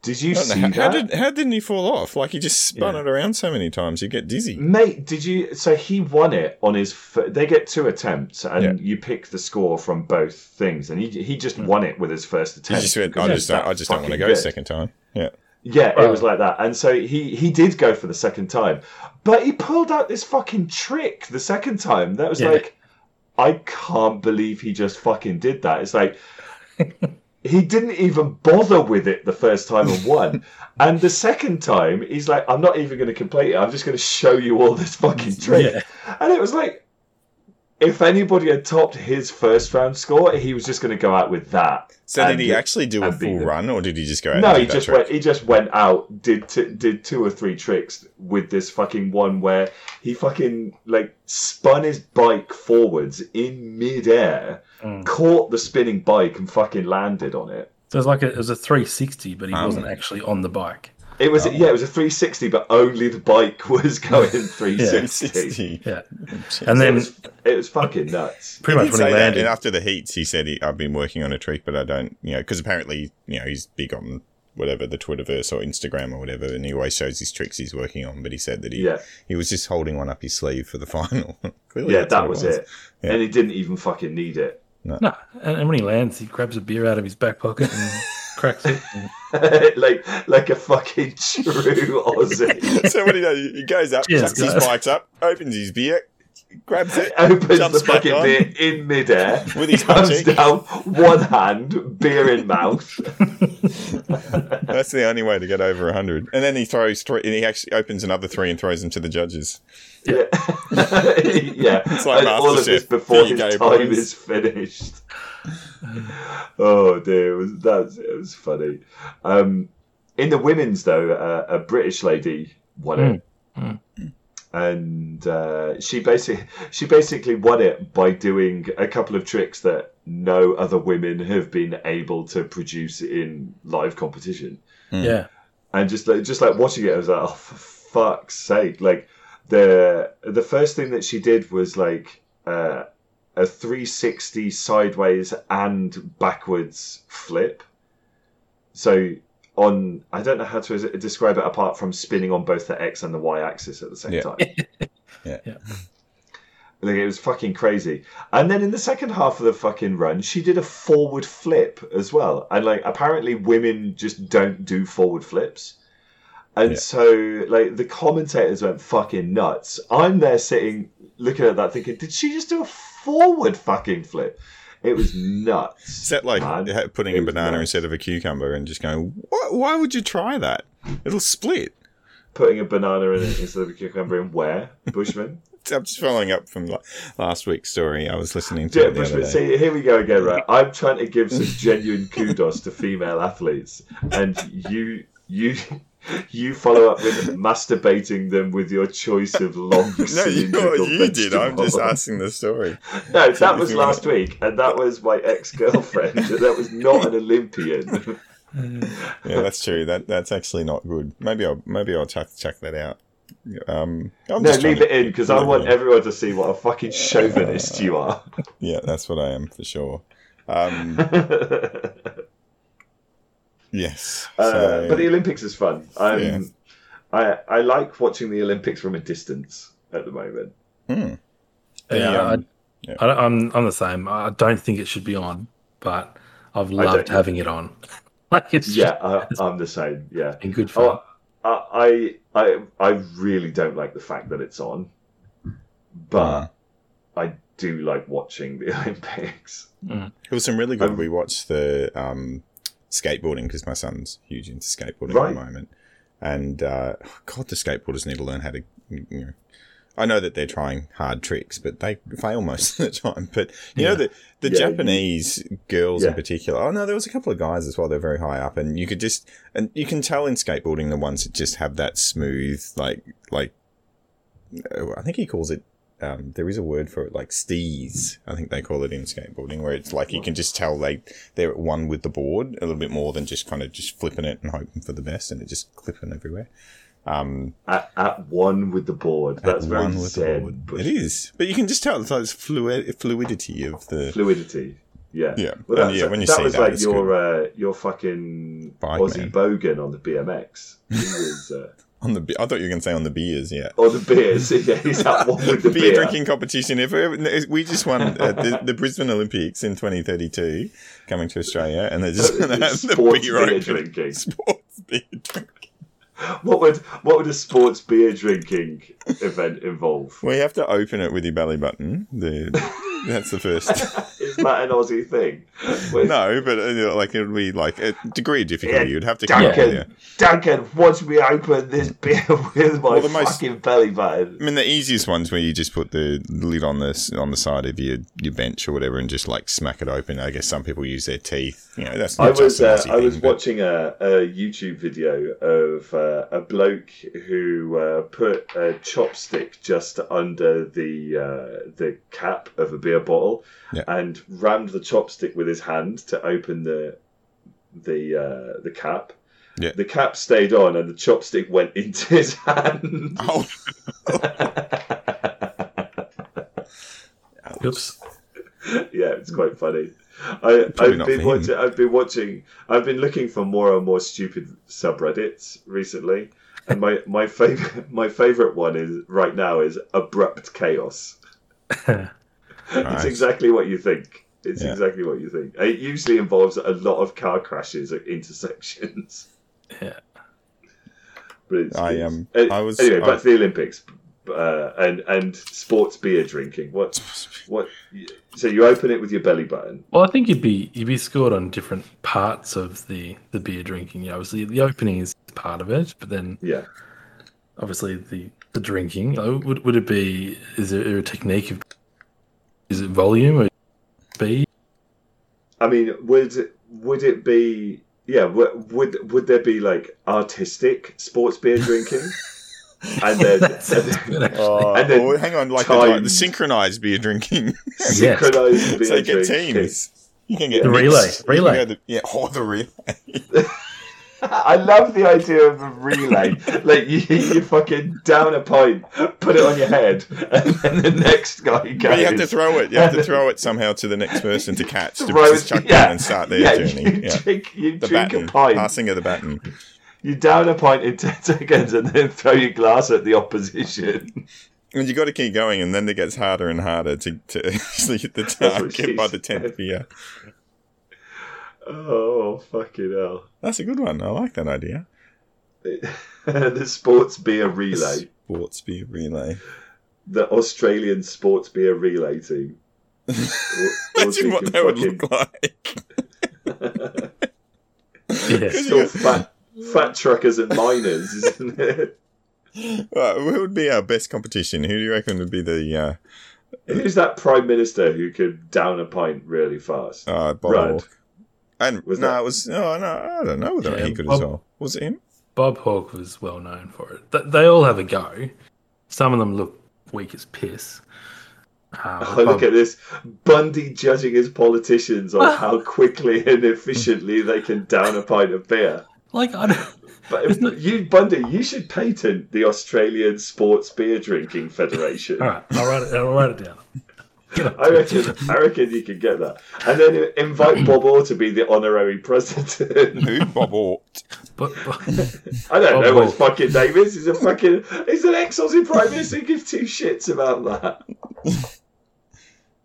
Did you
I don't
see
know,
that?
how, how did how didn't he fall off? Like he just spun
Yeah.
it around so many times, you get dizzy.
Mate, did you? So he won it on his. F- they get two attempts, and
Yeah.
you pick the score from both things, and he he just won it with his first
He
attempt.
just went,
because
I
he's
just don't,
that
I just don't want to
fucking
go
good."
second time. Yeah,
Yeah, it
Right.
was like that, and so he he did go for the second time, but he pulled out this fucking trick the second time. That was
Yeah.
like, I can't believe he just fucking did that. It's like. He didn't even bother with it the first time and
[laughs]
won. and the second time, he's like, I'm not even going to complete it. I'm just going to show you all this
[laughs]
fucking trick.
Yeah.
And it was like, if anybody had topped his first round score, he was just going to go out with that.
So
And
did he
it-
actually do a
and beat
full
them.
run, or did he just go? Out
no,
and do
he
that
just
trick? [laughs]
went. He just went out, did t- did two or three tricks with this fucking one where he fucking like spun his bike forwards in midair,
Mm.
caught the spinning bike, and fucking landed on it.
So it was like a, it was a 360, but he
Um.
wasn't actually on the bike.
It was
Oh.
yeah, it was a 360, but only the bike [laughs] was
[laughs]
going 360.
Yeah,
And
and
it,
then
was, it was fucking nuts.
pretty much
did
when
say
he
that,
landed,
and after the heats, he said, he, "I've been working on a trick, but I don't, you know, because apparently, you know, he's big on whatever the Twitterverse or Instagram or whatever, and he always shows his tricks he's working on. But he said that he
Yeah.
he was just holding one up his sleeve for the [laughs] final. Clearly,
Yeah,
that's
that
what
was it.
Yeah.
And he didn't even fucking need it. [laughs]
no, and, and when he lands, he grabs a beer out of his back pocket and cracks it. And
like like a fucking
[laughs]
true Aussie.
so what he does, he goes up,
Cheers,
chucks his
guys.
bikes up, opens his beer, grabs it
Opens
Jumps
the
back
fucking
on.
beer in midair, [laughs]
with his one
comes
cheek.
down, one hand, beer
[laughs]
in mouth.
That's the only way to get over hundred. And then he throws three, and he actually opens another three and throws them to the judges.
yeah.
[laughs]
yeah.
It's like
and all of this
MasterChef.
before
There you
his time
go, boys.
is finished. oh dear, it was that it was funny. Um, in the women's though, uh, a British lady won it.
Hmm.
Mm,
and uh, she basically she basically won it by doing a couple of tricks that no other women have been able to produce in live competition.
Mm.
Yeah,
And just like just like watching it, I was like, oh for fuck's sake! Like the the first thing that she did was like uh, a three sixty sideways and backwards flip. So on I don't know how to describe it apart from spinning on both the x and the y axis at the same
Yeah.
time.
Yeah.
Yeah.
[laughs] Like it was fucking crazy. And then in the second half of the fucking run, she did a forward flip as well. And like apparently women just don't do forward flips. And
Yeah.
so like the commentators went fucking nuts. I'm there sitting looking at that thinking, did she just do a forward fucking flip? It was nuts.
Is that like
man.
ha- putting
it
a
was
banana
nice.
instead of a cucumber and just going, what? why would you try that? It'll split.
putting a banana in it instead of a cucumber in where?
[laughs]
Bushman?
I'm just following up from la- last week's story. I was listening to
Yeah,
it the other
Bushman.
day. [laughs]
See, here we go again, right? I'm trying to give some genuine kudos to female athletes, and you, you, you follow up with masturbating them with your choice
[laughs]
of long.
no, you,
cylindrical
you did. I'm just
vegetable.
asking the story.
No, that was last week, and that was
[laughs]
my ex-girlfriend. and that was not an Olympian.
Yeah, that's true. That that's actually not good. Maybe I'll maybe I'll chuck chuck that out. Um, I'm
no,
just trying
leave
to-
it in because I
leave it
want
in.
everyone to see what a fucking chauvinist
[laughs]
you are.
Yeah, that's what I am for sure. Um, [laughs] yes.
Uh,
So-
but the Olympics is fun. Um,
Yeah.
I I like watching the Olympics from a distance at the moment.
Hmm. The,
yeah.
um,
I,
yeah.
I, don't- I'm I'm the same. I don't think it should be on, but I've loved
don't-
having it on. [laughs] like it's yeah.
Yeah, I, I'm the same. Yeah,
been good
oh,
fun.
I I I I really don't like the fact that it's on, but
Mm.
I do like watching the [laughs] Olympics.
Mm.
It was some really good.
Um,
we watched the um, skateboarding because my son's huge into skateboarding at
Right.
the moment, and uh, God, the skateboarders need to learn how to. You know, I know that they're trying hard tricks, but they fail most of the [laughs] time. But you know
Yeah.
the the
Yeah, you-
Japanese girls in
Yeah.
particular. Oh no, there was a couple of guys as well. They're very high up, and you could just and you can tell in skateboarding the ones that just have that smooth like like. uh, I think he calls it um, there is a word for it, like stees. I think they call it in skateboarding, where it's like you can just tell they they're at one with the board a little bit more than just kind of just flipping it and hoping for the best, and it just clipping everywhere. Um,
At, at one with the board. That's
at
very
one with the
zen,
board.
but
It is, but you can just tell it's like this fluid, fluidity of the
fluidity. Yeah.
Yeah.
Well, that,
And, yeah,
was-
when you
that
see
was
that,
like
it's
your uh, your fucking
Bike
Aussie
man.
bogan on the BMX.
[laughs]
He was, uh,
On the, be- I thought you were going to say on the beers. Yeah.
or the beers. Yeah, he's that one [laughs] with the
beer,
beer. [laughs]
drinking competition. If if- we just won uh, the, the Brisbane Olympics in 2032, coming to Australia, and they're
[laughs]
just going to have [laughs] the
Sports
beer,
beer
open.
drinking.
Sports beer drink.
What would what would a sports beer drinking event
[laughs]
involve? [laughs]
Well, you have to open it with your belly button. The, that's the
[laughs]
first.
Is that an Aussie thing? With
no, but uh, like it would be like a degree of difficulty.
Yeah,
You'd have to come up
Duncan,
with. yeah.
Duncan, watch me open this beer [laughs] with my
Well, the most-
fucking belly button.
I mean, the easiest ones where you just put the lid on this on the side of your, your bench or whatever, and just like smack it open. I guess some people use their teeth. You know, that's not
I was
just an
uh,
Aussie
I was
thing, but-
watching a, a YouTube video of uh, a bloke who uh, put a chopstick just under the uh, the cap of a beer bottle
Yeah.
and rammed the chopstick with his hand to open the the uh, the cap.
Yeah.
The cap stayed on and the chopstick went [laughs] into
[laughs]
his hand.
[laughs] Oh,
Oops.
yeah, it's quite funny. I, I've
Hmm. not for
been
him.
watching. I've been watching. I've been looking for more and more stupid subreddits recently, and my my favorite [laughs] my favorite one is right now is
[laughs]
abrupt chaos. It's
Right.
exactly what you think. It's
Yeah.
exactly what you think. It usually involves a lot of car crashes at intersections. [laughs]
Yeah.
But it's,
I,
it's-
um,
uh,
I was-
anyway
I-
back to the Olympics uh, and and sports beer drinking. What what? So you open it with your belly button.
Well, I think you'd be you'd be scored on different parts of the the beer drinking. You know, obviously the opening is part of it, but then
Yeah.
obviously the the drinking. you know, would would it be? Is there a technique of? Is it volume or [laughs] speed?
I mean, would would it be? Yeah, wo- would would there be like artistic sports beer drinking, and then, and
That sounds
then
good,
[laughs]
actually.
Oh,
And then
well, hang on, like the, like the
timed.
synchronized beer drinking.
[laughs]
[laughs]
Yes.
synchronized
[laughs] so
beer
you get
drinking?
teams. You can get
The relay,
mixed. You can
relay.
go the- yeah, [laughs] oh, the relay.
[laughs] I love the idea of a relay. like you, you fucking down a pint, put it on your head, and then the next guy goes.
But you have to throw it. You have to throw it somemew to the next person to catch to
[laughs] throw
just
it-
chuck
yeah,
down and start their
yeah, [laughs]
journey.
You
Yeah.
drink, you
The
drink
baton,
a pint.
passing of the baton.
You down a pint in [laughs] ten seconds, and then throw your glass at the opposition.
And you got to keep going, and then it gets harder and harder to, to [laughs] actually hit the
what
target
she
by the
said.
tenth beer.
Oh fucking hell! [laughs]
That's a good one. I like that idea.
the sports beer relay,
Sports beer relay. [laughs]
the Australian sports beer relay team.
[laughs] Imagine what that would look like.
[laughs]
[laughs]
Yes.
It's all fat, fat truckers and miners, isn't it?
Right, who uh, would be our best competition? Who do you reckon would be the uh,
Who's that prime minister who could down a pint really fast?
Uh, Bob
Rudd.
Hawke. And
Was
no,
that-
it was no, no, I don't know whether
Yeah,
he could
Bob-
as well. Was it him?
Bob Hawke was well known for it. Th- they all have a go. Some of them look weak as piss.
[laughs]
Uh,
Oh,
but
look
Bob-
at this. Bundy judging his politicians
Ah.
on how quickly and efficiently they can down a pint of beer.
like I don't. [laughs]
But if, you, Bundy, you should patent the Australian Sports Beer Drinking Federation.
All right, I'll write it. I'll write it down.
I reckon, I reckon you could get that. And then
[clears throat]
invite Bob Orr to be the honorary president. [laughs]
Who? Bob Hawke.
[laughs] But, but
[laughs]
I don't
Bob
know what his
Orr.
fucking name is. He's a fucking, he's an ex-Aussie prime minister. He gives two shits about that.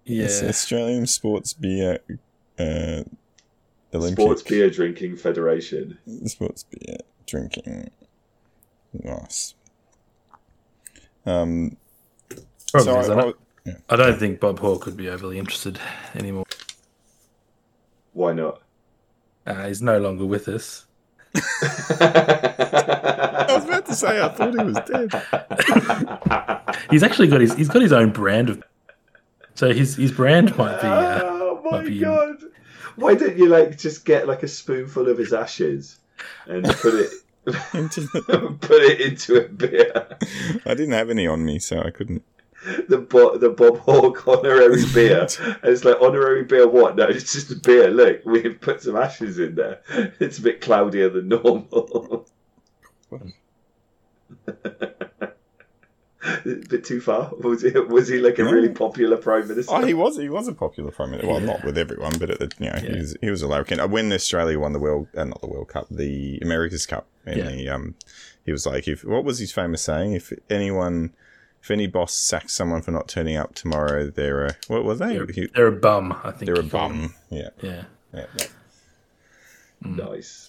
yeah,
It's the Australian sports beer. Uh, Olympic
Sports Beer Drinking Federation.
sports beer drinking. Nice. Um,
problem
so
is
I- I
I, don't,
was-
I don't think Bob Hawke would be overly interested anymore.
Why not?
Uh, he's no longer with us.
I was about to say I thought he was dead. [laughs]
[laughs]
He's actually got his he's got his own brand of. So his his brand might be. Uh,
oh my
might be-
god! Why don't you like just get like a spoonful of his ashes and put it [laughs]
Into the-
put it into a beer?
I didn't have any on me, so I couldn't.
the Bo- the Bob Hawke honorary
[laughs]
beer. And it's like honorary beer. What? No, it's just a beer. Look, we put some ashes in there. It's a bit cloudier than normal. [laughs] a bit too far? Was he, was he like a really popular prime minister?
Oh, he was. He was a popular prime minister. Well, not with everyone, but at the, you know, he was he was a larrikin. Uh, When Australia won the world, uh, not the World Cup, the America's Cup, and
Yeah.
the um, he was like, if what was his famous saying? If anyone, if any boss sacks someone for not turning up tomorrow, they're a, what were they?
They're-
He-
They're a bum, I think.
They're a
you call them.
bum. Yeah,
Yeah.
yeah. that-
nice.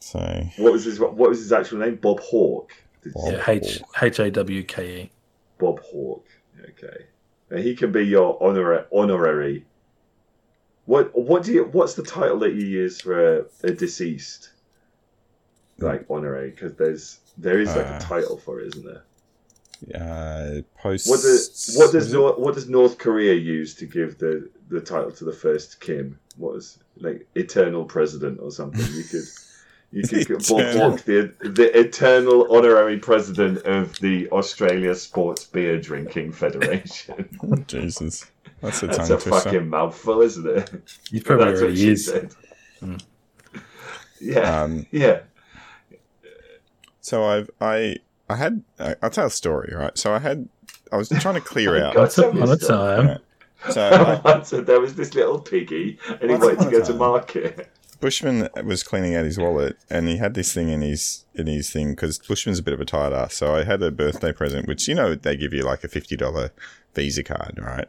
So
What was his What was his actual name? Bob Hawke. Did you say?
Yeah, H H A W K E.
Bob Hawke. Okay, now he can be your honor honorary. What What do you What's the title that you use for a, a deceased? Like honorary, because there's there is like
Uh,
a title for it, isn't there?
uh, post.
What does What does North, What does North Korea use to give the the title to the first Kim? What was like eternal president or something? You could. You could
[laughs]
get Bob
Eternal.
Hawke, the, the eternal honorary president of the Australia Sports Beer Drinking Federation.
[laughs] [laughs] Jesus? That's a
That's
tongue
a
twister.
fucking [laughs] mouthful, isn't it? [laughs]
You probably
That's what
already
she
is.
said.
Hmm.
Mm.
Yeah,
Um,
yeah.
so I've I I had I- I'll tell a story, right? So I had I was trying to clear out.
God.
Once upon a time,
[laughs]
So I,
so there was this little piggy, and he
uh, Once upon a
wanted to go to
time.
market. [laughs]
Bushman was cleaning out his wallet, and he had this thing in his in his thing because Bushman's a bit of a tight ass. So I had a birthday present, which you know they give you like a fifty dollar Visa card, right?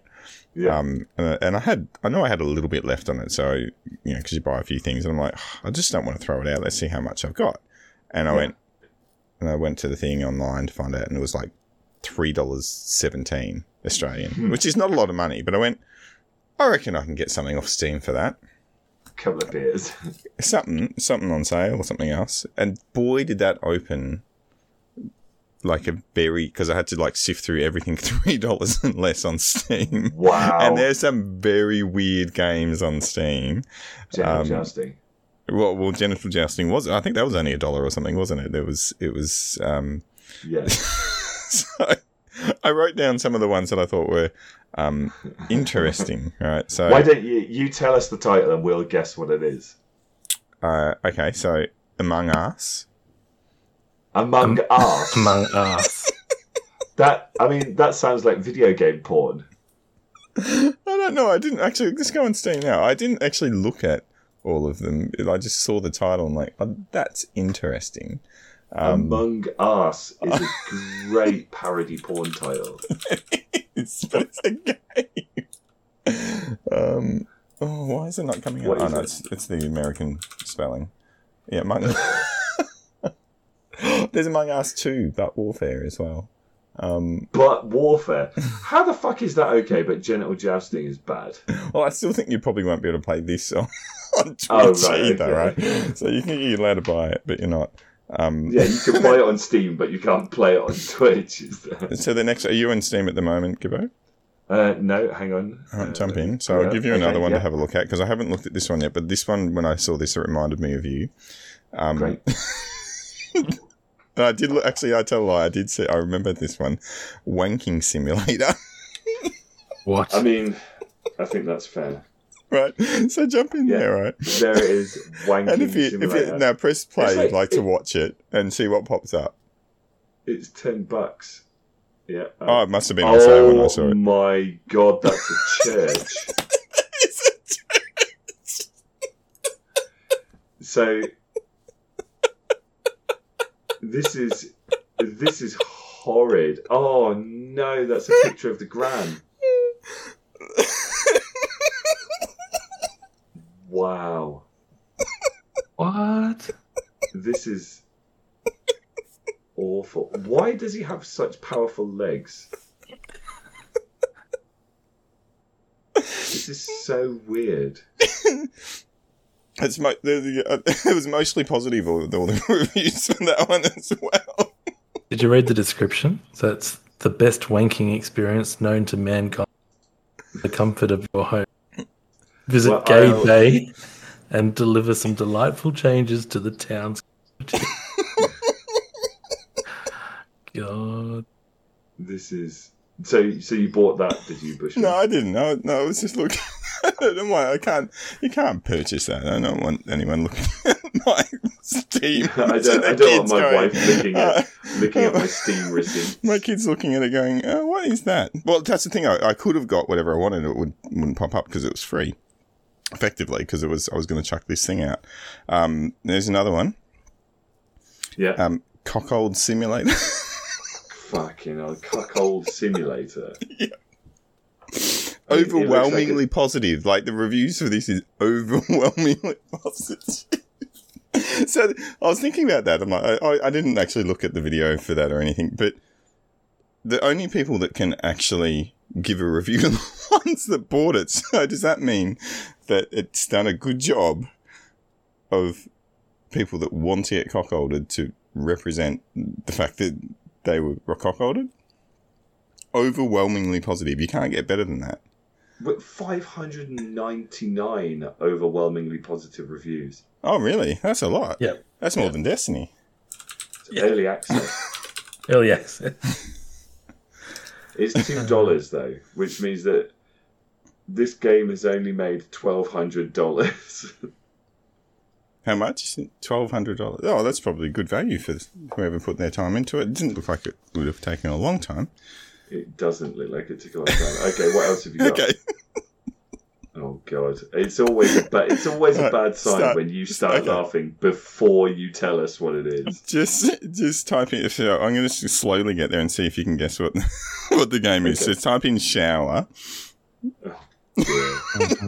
Yeah.
Um, and, and I had I know I had a little bit left on it, so you know because you buy a few things, and I'm like, I just don't want to throw it out. Let's see how much I've got. And I
Yeah.
went and I went to the thing online to find out, and it was like three dollars seventeen Australian,
Hmm.
which is not a lot of money. But I went, I reckon I can get something off Steam for that
couple of beers. [laughs]
something something on sale or something else and boy did that open like a very because i had to like sift through everything [laughs] three dollars and less on steam
Wow.
and there's some very weird games on steam
General
um,
jousting.
well, well genital jousting was i think that was only a dollar or something wasn't it it was it was um [laughs]
Yeah.
so i wrote down some of the ones that i thought were um interesting right so
Why don't you you tell us the title and we'll guess what it is?
uh, okay so among us
Among
Um,
[laughs]
Us.
among
[laughs]
us.
That I mean, that sounds like video game porn.
[laughs] I don't know. I didn't actually. Let's go and see now. I didn't actually look at all of them. I just saw the title and like, oh, that's interesting. [laughs] Um,
Among Us is a great parody porn title.
it's, but it's a game. um, oh, why is it not coming
What
up? Oh,
is
no,
it?
it's, it's the American spelling. Yeah, Among
[laughs]
[laughs] There's Among Us 2, but Warfare as well. Um,
But warfare. How the fuck is that okay? But genital jousting is bad.
[laughs] well, Oh, I still think you probably won't be able to play this on, [laughs] on Twitch
Oh, right,
either,
okay.
right? So you think you're allowed to buy it, but you're not. Um,
Yeah, you can play it on Steam, but you can't play it on [laughs] Twitch. Is there?
So the next, are you in Steam at the moment, Gibbo?
Uh, no, hang on.
I won't
Uh,
jump in. So
yeah,
I'll give you
okay,
another one
yeah.
to have a look at because I haven't looked at this one yet. But this one, when I saw this, it reminded me of you. Um,
Great.
[laughs] and I did look, actually. I tell a lie. I did see. I remember this one, wanking simulator. [laughs]
What?
I mean, I think that's fair.
right. So jump in
Yeah.
there, right?
There it is
[laughs]
wanking
And if you if
simulator.
you now press play,
It's like-
like to
it-
watch it and see what pops up.
It's ten bucks. Yeah.
Oh, it must have been on sale when I saw it.
Oh my god, that's a church. [laughs] So this is this is horrid. Oh no, that's a picture of the Gran. Wow,
What?
this is awful. Why does he have such powerful legs? This is so weird.
[laughs] It's mo- the, the, uh, [laughs] it was mostly positive. All, all the [laughs] reviews for that one as well.
Did you read the description? So it's the best wanking experience known to mankind. The comfort of your home. Visit
Well,
Gay
I'll-
Bay and deliver some delightful changes to the town's.
[laughs]
God.
This is so. So you bought that, did you, Bushman?
No, I didn't. I, no, [laughs] I was just looking. [laughs] at it. I'm like, I can't. You can't purchase that. I don't want anyone looking. at my Steam.
[laughs] I
So
don't,
the
I don't want
kids
my
going,
wife looking
"Uh,
at, looking
[laughs]
at
uh,
my Steam receipt.
my kids looking at it going, oh, what is that? Well, that's the thing. I, I could have got whatever I wanted. It would, wouldn't pop up because it was free, effectively, because it was I was going to chuck this thing out. Um, there's another one.
Yeah.
Um, Cockold Simulator.
Fucking hell, cuckold simulator. It- it looks like
overwhelmingly positive. Like the reviews for this is overwhelmingly [laughs] positive. so th- I was thinking about that. I'm like, I- I, I didn't actually look at the video for that or anything, but the only people that can actually give a review [laughs] are the ones that bought it. So does that mean that it's done a good job of people that want to get cockolded to represent the fact that they were cockolded? Overwhelmingly positive. You can't get better than that.
But 599 overwhelmingly positive reviews.
Oh, really? That's a lot.
Yeah.
That's more than Destiny.
It's
Yeah.
Early access.
Early access.
It's
[laughs]
$2 though, which means that this game has only made $1,200.
How much? Twelve hundred dollars. Oh, that's probably good value for whoever put their time into it. It didn't look like it would have taken a long time.
[laughs] it doesn't look like it took a long time. Okay, what else have you got?
Okay. [laughs]
Oh god, it's always a ba- it's always a
Alright,
bad sign
start.
when you start
Okay.
laughing before you tell us what it
[laughs]
is.
Just just type in so I'm gonna just slowly get there and see if you can guess what [laughs] what the game is.
Okay.
So type in shower
Yeah. Mm-hmm.
[laughs]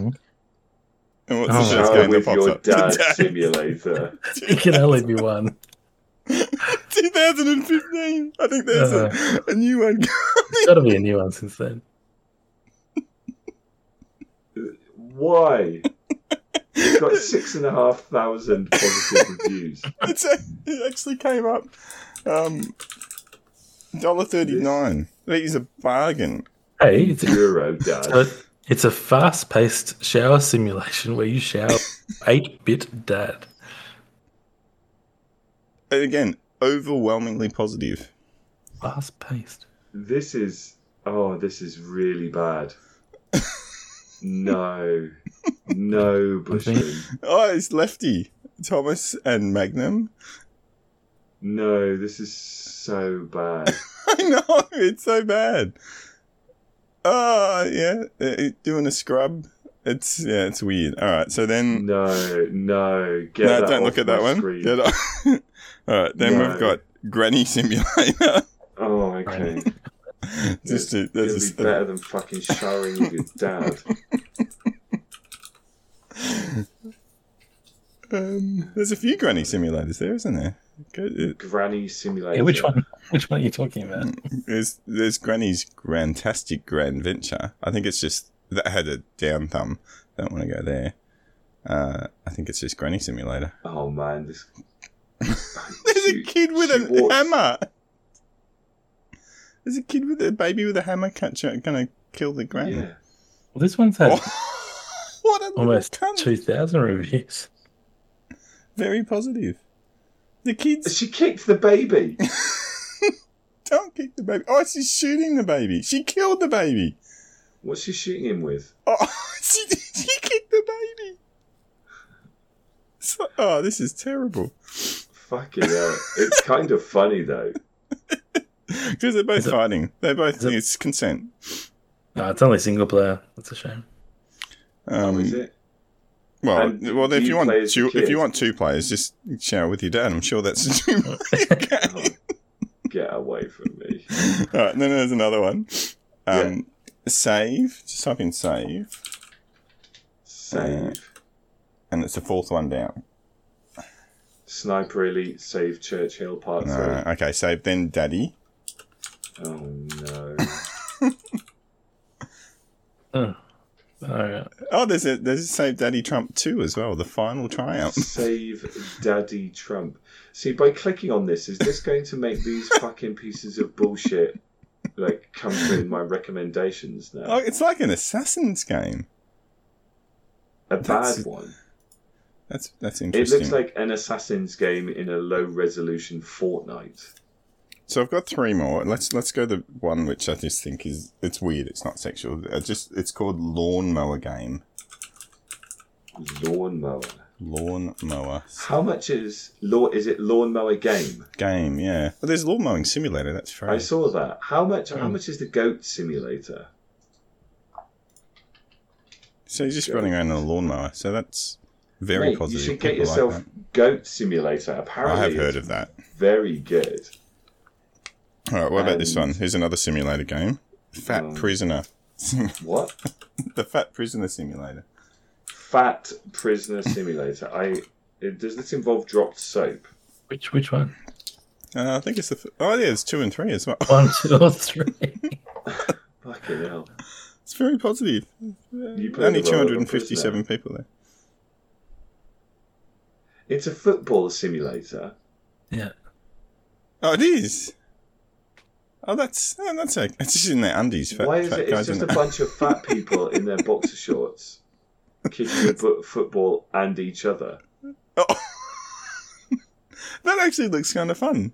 and what's
Oh.
the first
Shower
game that
with
pops
your
up? [laughs]
dad simulator.
It can only be one.
2015. I think there's a, a new one. [laughs]
It's got to be a new one since then.
Why?
[laughs]
It's got six and a half thousand positive reviews.
it's a, it actually came up um dollar thirty nine. That is a bargain.
Hey, it's a,
Euro dad.
it's a- it's a fast-paced shower simulation where you [laughs] shower eight-bit dad.
And again, overwhelmingly positive.
Fast-paced.
This is oh, this is really bad. No, no, Bushman.
Oh, it's Lefty, Thomas, and Magnum. [laughs]
No, this is so bad.
I know it's so bad. Oh yeah, it- it- doing a scrub. It's yeah, it's weird. All right, so then
No, no, get
no,
that
don't
off
look at
my
that one.
screen.
Get off. [laughs] All right, then
No.
we've got Granny Simulator. [laughs]
Oh, okay.
Just a,
It'll
there's
be
a, uh,
better than fucking showering with your dad.
Um, there's a few granny simulators there, isn't there? Go- uh,
Granny simulator.
Yeah, which one? Which one are you talking about?
There's there's Granny's Grandtastic Grand Venture. I think it's just that had a down thumb. Don't want to go there. Uh, I think it's just Granny Simulator.
Oh man, this.
[laughs] There's a
She-
kid with
she
a
walks-
hammer. There's a kid with a baby with a hammer catcher gonna kill the granny.
Yeah.
Well, this one's
[laughs]
had
Oh, what a little
almost
cunt.
two thousand reviews.
Very positive. The kids
She kicked the baby.
don't kick the baby. Oh, she's shooting the baby. She killed the baby.
What's she shooting him with?
Oh, [laughs] she, she kicked the baby. So, oh, this is terrible.
Fucking hell.
[laughs]
It's kind of funny though.
Because they're both
Is it-
fighting. They both
is it-
think it's consent.
No, it's only single player. That's a shame.
Um,
oh, is it?
Well,
And
well, if
you
you, want
play as
two,
the
if
kid?
you want two players, just shower with your dad. I'm sure that's a two
[laughs]
player game.
Oh, get away from me.
All right, then there's another one. Um, Save. Just type in save, Uh,
Save.
and it's the fourth one down.
Sniper Elite, save Churchill Part 3.
Uh, okay, save then daddy. [laughs]
Oh no.
Oh, alright.
Oh, there's a there's a save daddy Trump two as well. The final triumph. [laughs]
Save Daddy Trump. See, by clicking on this, is this going to
[laughs]
make these fucking pieces of bullshit like come through in my recommendations now?
Oh, it's like an assassin's game.
a bad
that's
one.
That's that's
It
interesting.
looks like an assassin's game in a low resolution Fortnite.
so I've got three more. Let's let's go the one which I just think is it's weird. It's not sexual. I just it's called lawnmower game.
Lawnmower.
Lawnmower
How much is law? Is it lawnmower game?
game, yeah. Well, there's lawn mowing simulator. That's free.
I saw that. How much?
Mm.
How much is the goat simulator?
so you're just running around in a lawnmower. So that's very
Mate,
positive.
You should get
People
yourself
Like
goat simulator.
that.
Apparently,
I have
it's
heard of that.
Very good.
All right, what about this
And-
one? Here's another simulator game. Fat
Um,
Prisoner. [laughs]
What?
the Fat Prisoner Simulator.
Fat prisoner simulator. I. It, does this involve dropped soap?
Which which one?
Uh, I think it's the. F- oh, yeah, it's two and three as well. [laughs]
One, two, or three?
Fucking hell.
It's very positive.
You play
Only
the role of a
257 people there.
It's a football simulator.
[laughs] Yeah.
Oh, it is. Oh, that's oh, that's okay. It's just in their undies. Fat,
Why is
fat
it? It's
guys,
just a
isn't
bunch of fat
[laughs]
people in their boxer shorts kicking a bo- football and each other.
Oh. [laughs] that actually looks kind of fun.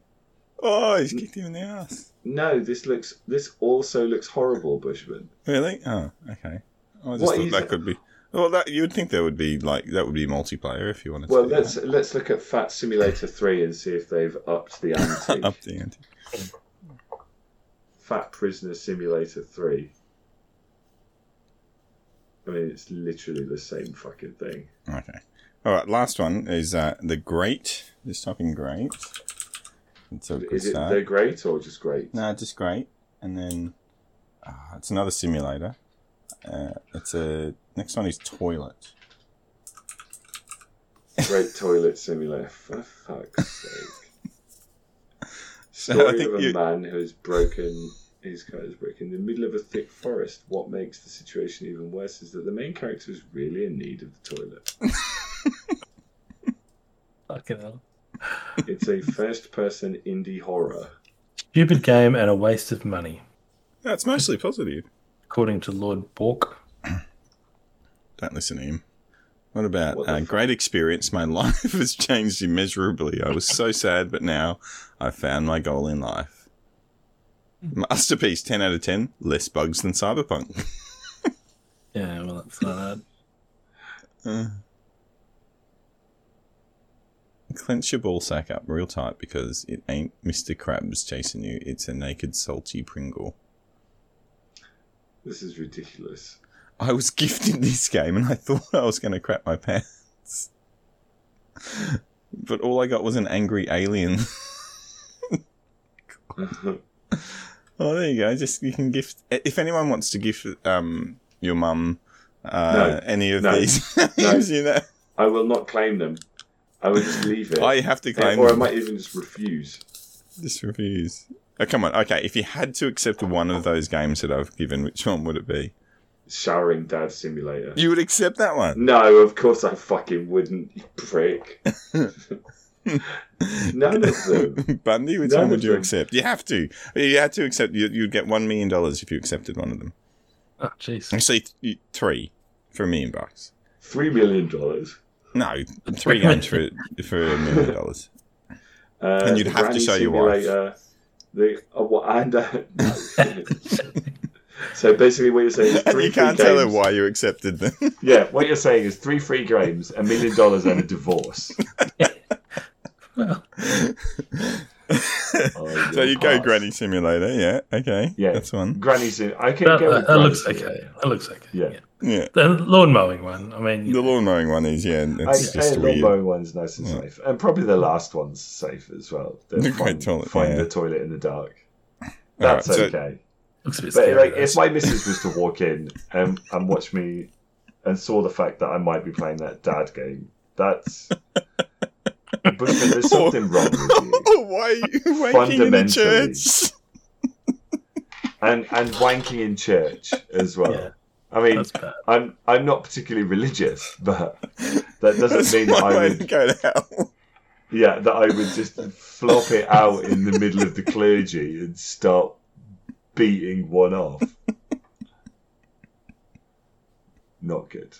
Oh, he's kicked him in the ass.
No, this looks. This also looks horrible, Bushman.
Really? Oh, okay. I just
What
thought
is
that
it?
could be. Well, that you would think there would be like that would be multiplayer if you wanted.
Well,
to do
let's let's look at Fat Simulator Three and see if they've upped the
that. [laughs]
ante.
up the ante.
Fat Prisoner Simulator Three. I mean, it's literally the same fucking thing.
Okay. All right. Last one is uh, the great. Just typing great. It's a good
Is it
start.
they're great or just great?
No, just great. And then ah, it's another simulator. Uh, it's a next one is toilet.
Great Toilet Simulator. For fuck's
[laughs]
sake.
So
Story
I think
of a
you,
man who has broken his car is broken in the middle of a thick forest. What makes the situation even worse is that the main character is really in need of the toilet.
Fucking hell.
It's a first-person indie horror.
Stupid game and a waste of money,
that's mostly positive.
according to Lord Bork.
Don't listen to him. What about
What the
uh,
fuck?
great experience? My [laughs] life has changed immeasurably. I was so sad, but now I've found my goal in life. Masterpiece, ten out of ten. Less bugs than Cyberpunk.
Yeah, well, that's not hard.
Uh, clench your ball sack up real tight because it ain't Mr. Krabs chasing you. It's a naked, salty Pringle.
This is ridiculous. [laughs]
I was [laughs] gifted this game and I thought I was going to crap my pants. But all I got was an angry alien. [laughs] Oh, there you go. Just you can gift. If anyone wants to gift um, your mum uh, any of
No.
these, [laughs]
No.
you know,
I will not claim them. I will just leave it,
I have to claim.
or I
them.
might even just refuse.
This reviews. Oh, come on. Okay, if you had to accept one of those games that I've given, which one would it be?
Showering Dad Simulator.
You would accept that one. [laughs]
No, of course I fucking wouldn't, you prick. None of them.
Bundy, which
None
one would
of
you
them.
accept? You have to. You had to accept. You, you'd get one million dollars if you accepted one of them.
Oh, jeez.
Actually, th- you- three for a million bucks.
Three million dollars.
No, three games for for a million dollars.
Uh,
And you'd have to
Granny
show your wife.
Simulator, The oh, what- and uh, [laughs] no. so basically, what you're saying is
[laughs] And
[laughs] three
you can't
free
tell her
games.
why you accepted them. [laughs]
Yeah, what you're saying is three free games, a million dollars, and a divorce.
[laughs] Well,
Oh,
[laughs] So you go
pass.
Granny Simulator, yeah, okay,
Yeah.
that's one.
Granny Sim. I can
that,
go.
that,
With
that
Granny
looks
Simulator.
okay. That looks okay.
Yeah.
Yeah,
The lawn mowing one. I mean,
the lawn mowing one is yeah,
I
that's
say
just
the
weird.
low one's nice and
Yeah.
safe, and probably the last one's safe as well. The
The
find,
[laughs] great toilet,
find
yeah.
the toilet in the dark.
Alright,
That's
so-
okay.
looks a bit
But
scary.
like,
though.
if my missus was to walk in and, and watch me and saw the fact that I might be playing that dad game, that's. Bushman,
[laughs]
there's something wrong with you.
Oh, why are you waking in the
Fundamentally.
church?
And, and wanking in church as well.
Yeah.
I mean,
that's bad.
I'm, I'm not particularly religious, but that doesn't
That's
mean
my
that I
way
would
to go to hell. [laughs]
Yeah, that I would just flop it out in the middle of the clergy and start beating one off. Not good.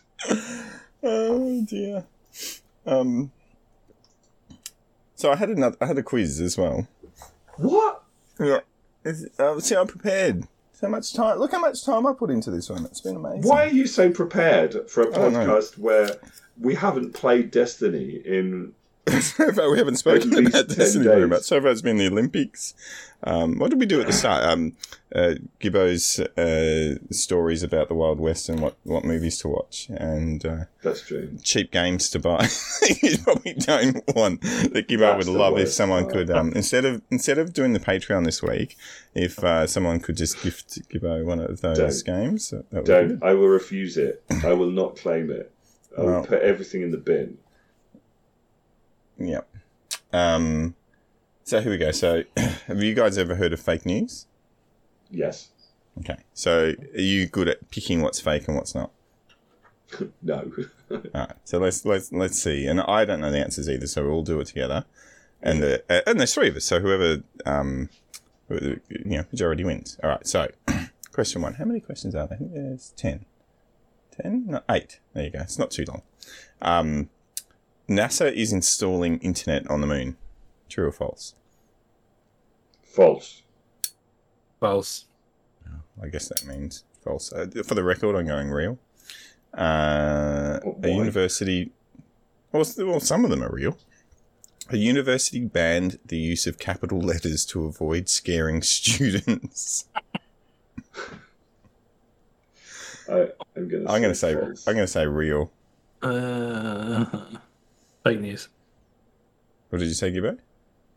Oh dear. Um. So I had another. I had a quiz as well.
What?
Yeah. Is- Uh, see, I'm prepared. So much time. Look how much time I put into this one. It's been amazing.
Why are you so prepared for a
I don't know.
podcast where we haven't played Destiny in
[laughs] so far, we haven't spoken
At least
about
10
Destiny very
days.
much. So far, it's been the Olympics. Um, what did we do at the start? Um, uh, Gibbo's uh, stories about the Wild West and what, what movies to watch and uh,
that's true.
cheap games to buy. [laughs] you probably don't want that Gibbo
That's
would
the
love if
worst
someone
part.
could um, instead of instead of doing the Patreon this week, if uh, someone could just gift Gibbo one of those games. That would be good.
Don't. I will refuse it. I will not claim it. I will
Well.
put everything in the bin.
Yep. Um, so here we go. So [clears throat] have you guys ever heard of fake news?
Yes.
Okay. So are you good at picking what's fake and what's not?
No. [laughs]
All right. So let's let's let's see. And I don't know the answers either, so we'll do it together. And the uh, and there's three of us, so whoever um who- you know majority wins. All right. So [clears throat] question one: How many questions are there? I think there's ten. Ten? No, eight. There you go. It's not too long. Um, NASA is installing internet on the moon. True or false?
False.
False.
I guess that means false. Uh, for the record, I'm going real. Uh, a
Why?
university, well, s- well, some of them are real. A university banned the use of capital letters to avoid scaring [laughs] students.
I, I'm going to.
I'm going to say, I'm going to say real.
Uh,
[laughs] Fake news.
What did you say, Gibbo?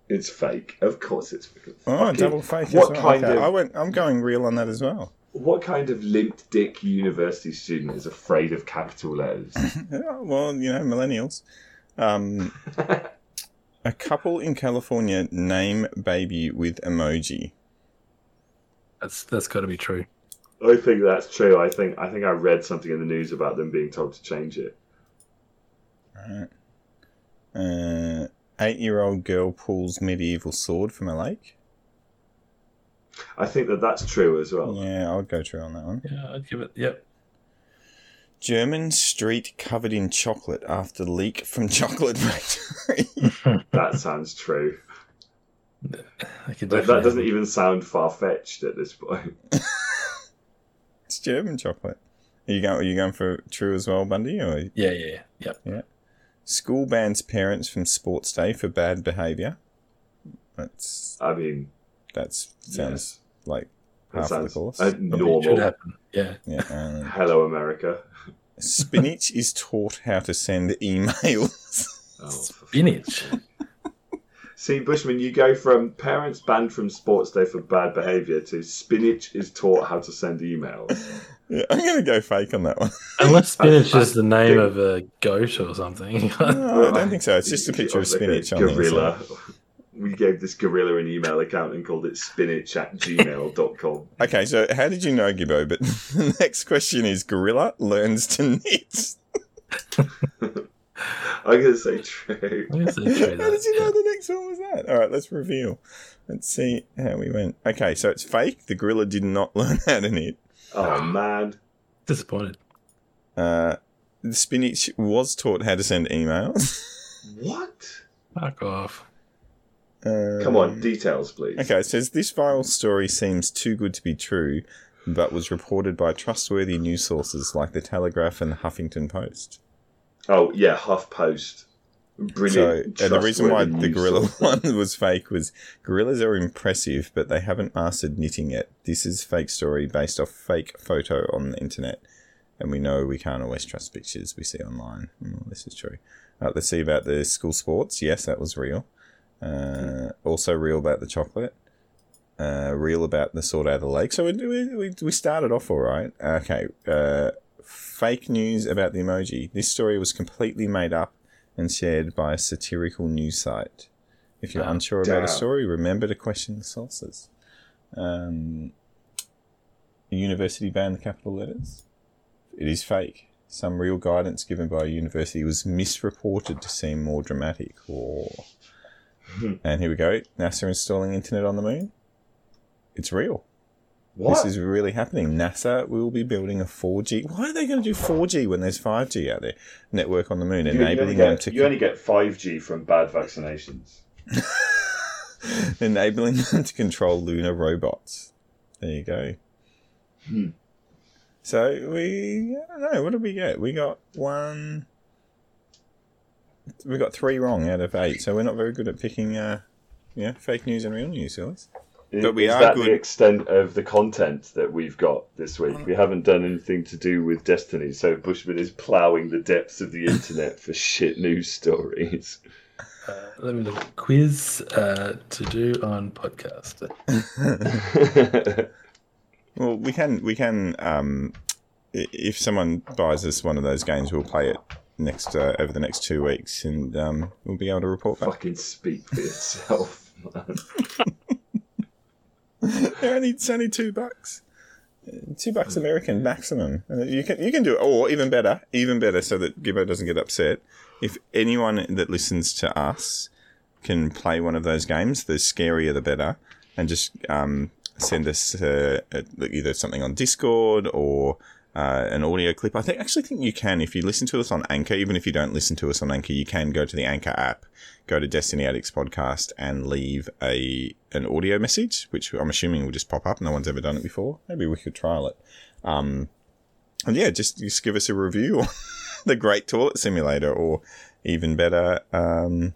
It's fake. Of course, it's fake.
Oh,
Fucking-
double fake.
What
as well.
kind
Okay,
of
I went. I'm going real on that as well. [laughs]
what kind of limped dick university student is afraid of capital letters?
Yeah, well, you know, millennials.
[laughs]
Um, a couple in California name baby with emoji.
That's that's got to be true.
I think that's true. I think I think I read something in the news about them being told to change it.
Right. Uh, eight-year-old girl pulls medieval sword from a lake.
I think that that's true as well.
Yeah, I'll go through on that one.
Yeah, I'd give it. Yep.
German street covered in chocolate after leak from [laughs] chocolate factory.
That sounds true.
I could
Like,
definitely-
that doesn't even sound far fetched at this point. [laughs]
it's German chocolate. Are you going? Are you going for true as well, Bundy? Or
Yeah, yeah, yeah. Yep.
school bans parents from sports day for bad behaviour. That's
I mean,
that's sounds
yes,
like
that
half of the
sounds
course.
uh,
Should
normal.
happen. Yeah.
yeah. Um,
Hello, America.
spinach is taught how to send emails.
Oh, for
Spinach.
See, Bushman, you go from parents banned from sports day for bad behaviour to spinach is taught how to send emails.
yeah, [laughs] I'm going to go fake on that one.
Unless spinach
I- I
is the name
think-
of a goat or something. [laughs]
No, I don't think so. [laughs] It's just a picture of
Like a
spinach on the
gorilla. We gave this gorilla an email account and called it spinach at
[laughs]
gmail.com.
inside. Okay, so how did you know, Gibbo? But [laughs] the next question is Gorilla learns to knit.
I'm going to say true.
I guess they
how
true, that.
did you know the next one was that? All right, let's reveal. Let's see how we went. Okay, so it's fake. The gorilla did not [laughs] learn how to knit. Ah.
Oh, man.
Disappointed.
Uh, the spinach was taught how to send emails. [laughs]
What?
Fuck off.
Um,
Come on, details, please.
Okay, it says this viral story seems too good to be true, but was reported by trustworthy news sources like the Telegraph and the Huffington Post.
Oh, yeah, Huff Post. Brilliant.
So uh, the reason why
trustworthy
the [laughs]
news
gorilla
source.
one was fake was gorillas are impressive, but they haven't mastered knitting yet. This is fake story based off fake photo on the internet, and we know we can't always trust pictures we see online. Mm, this is true. Uh, let's see about the school sports. Yes, that was real. Uh, also real about the chocolate. Uh, real about the sort out of the lake. So we we, we- we started off all right. Okay. Uh, fake news about the emoji. This story was completely made up and shared by a satirical news site. If you're
Ah,
unsure about
damn.
a story, remember to question the sources. Um, university banned the capital letters. It is fake. Some real guidance given by a university was misreported to seem more dramatic. Or,
Hmm.
and here we go. NASA installing internet on the moon. It's real.
What?
This is really happening. NASA will be building a 4G. Why are they going to do 4G when there's 5G out there? Network on the moon,
You- you, only
enabling them
get,
to
you only get 5G from bad vaccinations.
[laughs] enabling them to control lunar robots. There you go.
Hmm.
So we, I don't know, what did we get? We got one, we got three wrong out of eight, so we're not very good at picking, uh, yeah, fake news and real news, [laughs] always. But we
is
are
that
good-
the extent of the content that we've got this week? We haven't done anything to do with Destiny, so Bushman is ploughing the depths
[laughs]
of the internet for shit news stories.
Uh, let me look. Quiz uh, to do on podcast.
Well, we can we can um, i- if someone buys us one of those games, we'll play it next uh, over the next two weeks, and um, we'll be able to report back.
Fucking speak for yourself, man.
They're only, it's only two bucks. Uh, Two bucks American maximum. Uh, You can you can do it, or even better, even better, so that Gibbo doesn't get upset. If anyone that listens to us can play one of those games, the scarier the better, and just um, send us uh, uh, either something on Discord or uh, an audio clip. I think actually think you can if you listen to us on Anchor, even if you don't listen to us on Anchor, you can go to the Anchor app, go to Destiny Addicts podcast, and leave a an audio message, which I'm assuming will just pop up. No one's ever done it before. Maybe we could trial it. Um, and yeah, just just give us a review on [laughs] the Great Toilet Simulator, or even better. Um,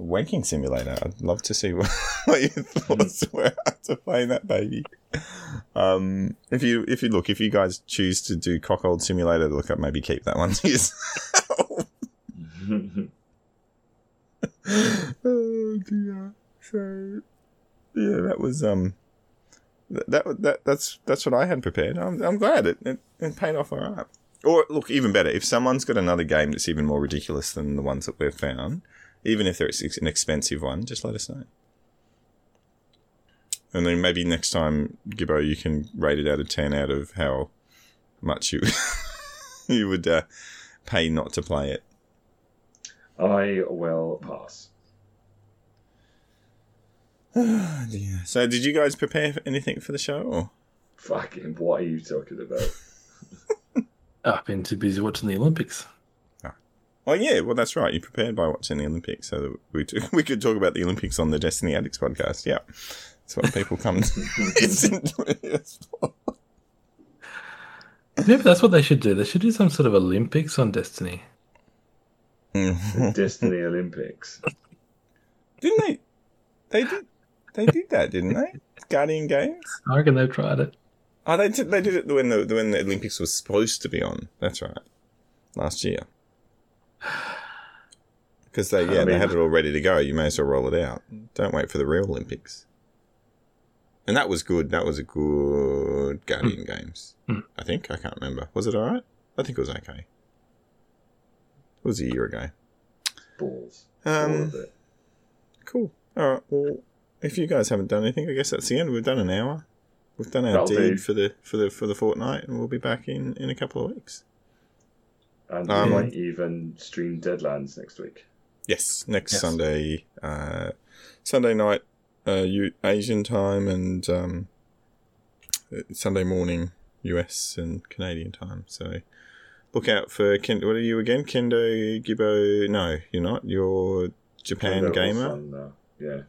Wanking Simulator. I'd love to see [laughs] what, what your thoughts were after playing that baby. Um, if you if you look, if you guys choose to do Cockold Simulator, look up maybe keep that one to yourself. oh dear. So yeah, that was um that, that that that's that's what I had prepared. I'm I'm glad it it, it paid off alright. Or look, even better, if someone's got another game that's even more ridiculous than the ones that we've found, even if there's an expensive one, just let us know. And then maybe next time, Gibbo, you can rate it out of ten out of how much you [laughs] you would uh, pay not to play it.
[laughs] I will pass.
[sighs] Oh, dear. So, did you guys prepare anything for the show? Or?
Fucking, what are you talking about?
[laughs]
Ah, I've been too busy watching the Olympics.
Oh yeah, well that's right. You prepared by watching the Olympics, so that we t- [laughs] we could talk about the Olympics on the Destiny Addicts podcast. Yeah, that's what people come to [laughs] listen to us for.
Maybe that's what they should do. They should do some sort of Olympics on Destiny.
Didn't
Destiny Olympics.
they? They did. They did that, didn't they? Guardian Games.
I reckon they've tried it.
Oh, they did, they did it when the when the Olympics was supposed to be on. That's right, last year. [sighs] Because they yeah
I
they
mean-
had it all ready to go. You may as well roll it out. Don't wait for the real Olympics. And that was good. That was a good Guardian Games.
Hmm.
I think I can't remember. Was it all right? I think it was okay. It was a year ago.
Balls. All
Um,
of it.
cool. All right. Well, if you guys haven't done anything, I guess that's the end. We've done an hour. We've done our
That'll
deed
do.
for the for the for the fortnight, and we'll be back in in a couple of weeks.
And
um,
we might even stream Deadlands next week.
Yes, next
Yes.
Sunday, uh, Sunday night, uh, U- Asian time, and um, uh, Sunday morning, US and Canadian time. So look out for Ken- what are you again? Kendo Gibbo? No, you're not. You're Japan
Turn that off
gamer.
on, uh, Yeah.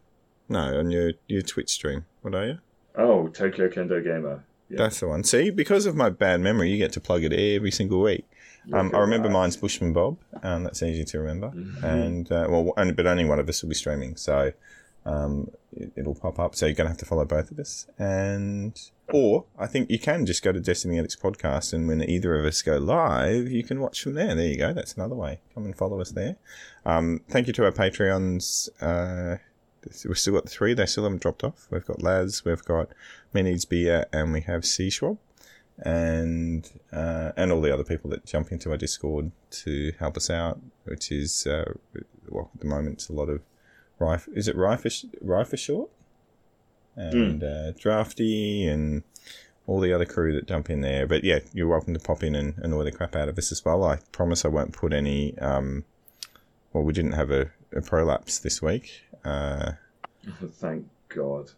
No, on your your Twitch stream. What are you?
Oh, Tokyo Kendo Gamer. Yeah.
That's the one. See, because of my bad memory, you get to plug it every single week. Um, I remember
[laughs]
mine's Bushman Bob. Um, that's easy to remember.
Mhm.
And uh, well, only, but only one of us will be streaming, so um, it, it'll pop up. So you're gonna have to follow both of us. And or I think you can just go to Destiny Addicts podcast, and when either of us go live, you can watch from there. There you go. That's another way. Come and follow us there. Um, thank you to our Patreons. Uh, we've still got three. They still haven't dropped off. We've got Laz, we've got Minnie's Beer, and we have C Schwab, and uh, and all the other people that jump into our Discord to help us out, which is uh, well at the moment it's a lot of Rye. Is it Rye for, sh- Rye for short? And uh, Drafty and all the other crew that jump in there. But yeah, you're welcome to pop in and annoy the crap out of us as well. I promise I won't put any. Um, well, we didn't have a, a prolapse this week. Uh,
[laughs] Thank God.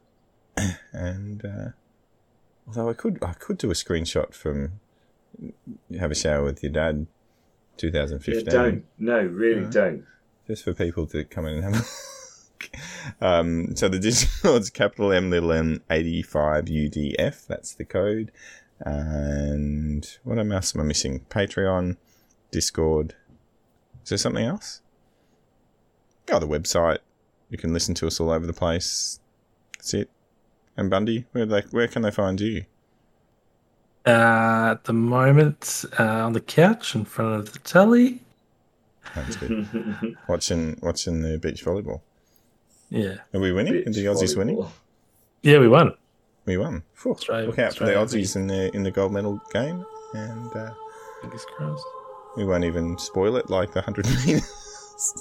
and uh, although I could I could do a screenshot from have a shower with your dad, 2015,
Yeah, don't. No, really
Yeah.
don't.
just for people to come in and have a look. [laughs] Um, so the [laughs] Discord's capital M little M 85 UDF. That's the code. And what else am I missing? Patreon, Discord. Is there something else? go to the website. You can listen to us all over the place. That's it. And Bundy, where they, where can they find you?
Uh, at the moment, uh, on the couch in front of the telly.
That's
[laughs]
good. watching watching the beach volleyball.
Yeah.
Are we winning? Are the Aussies winning?
volleyball.
Yeah, we won.
We won. Phew.
Australia-
Look out for the
Australia
Aussies in the in the gold medal game, and uh,
Fingers crossed.
we won't even spoil it like the hundred meters. [laughs]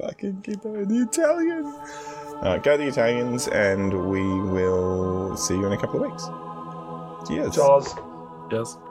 Fucking Gibbo, the Italian. Uh, go the Italians, and we will see you in a couple of weeks. Cheers.
Jaws.
Yes.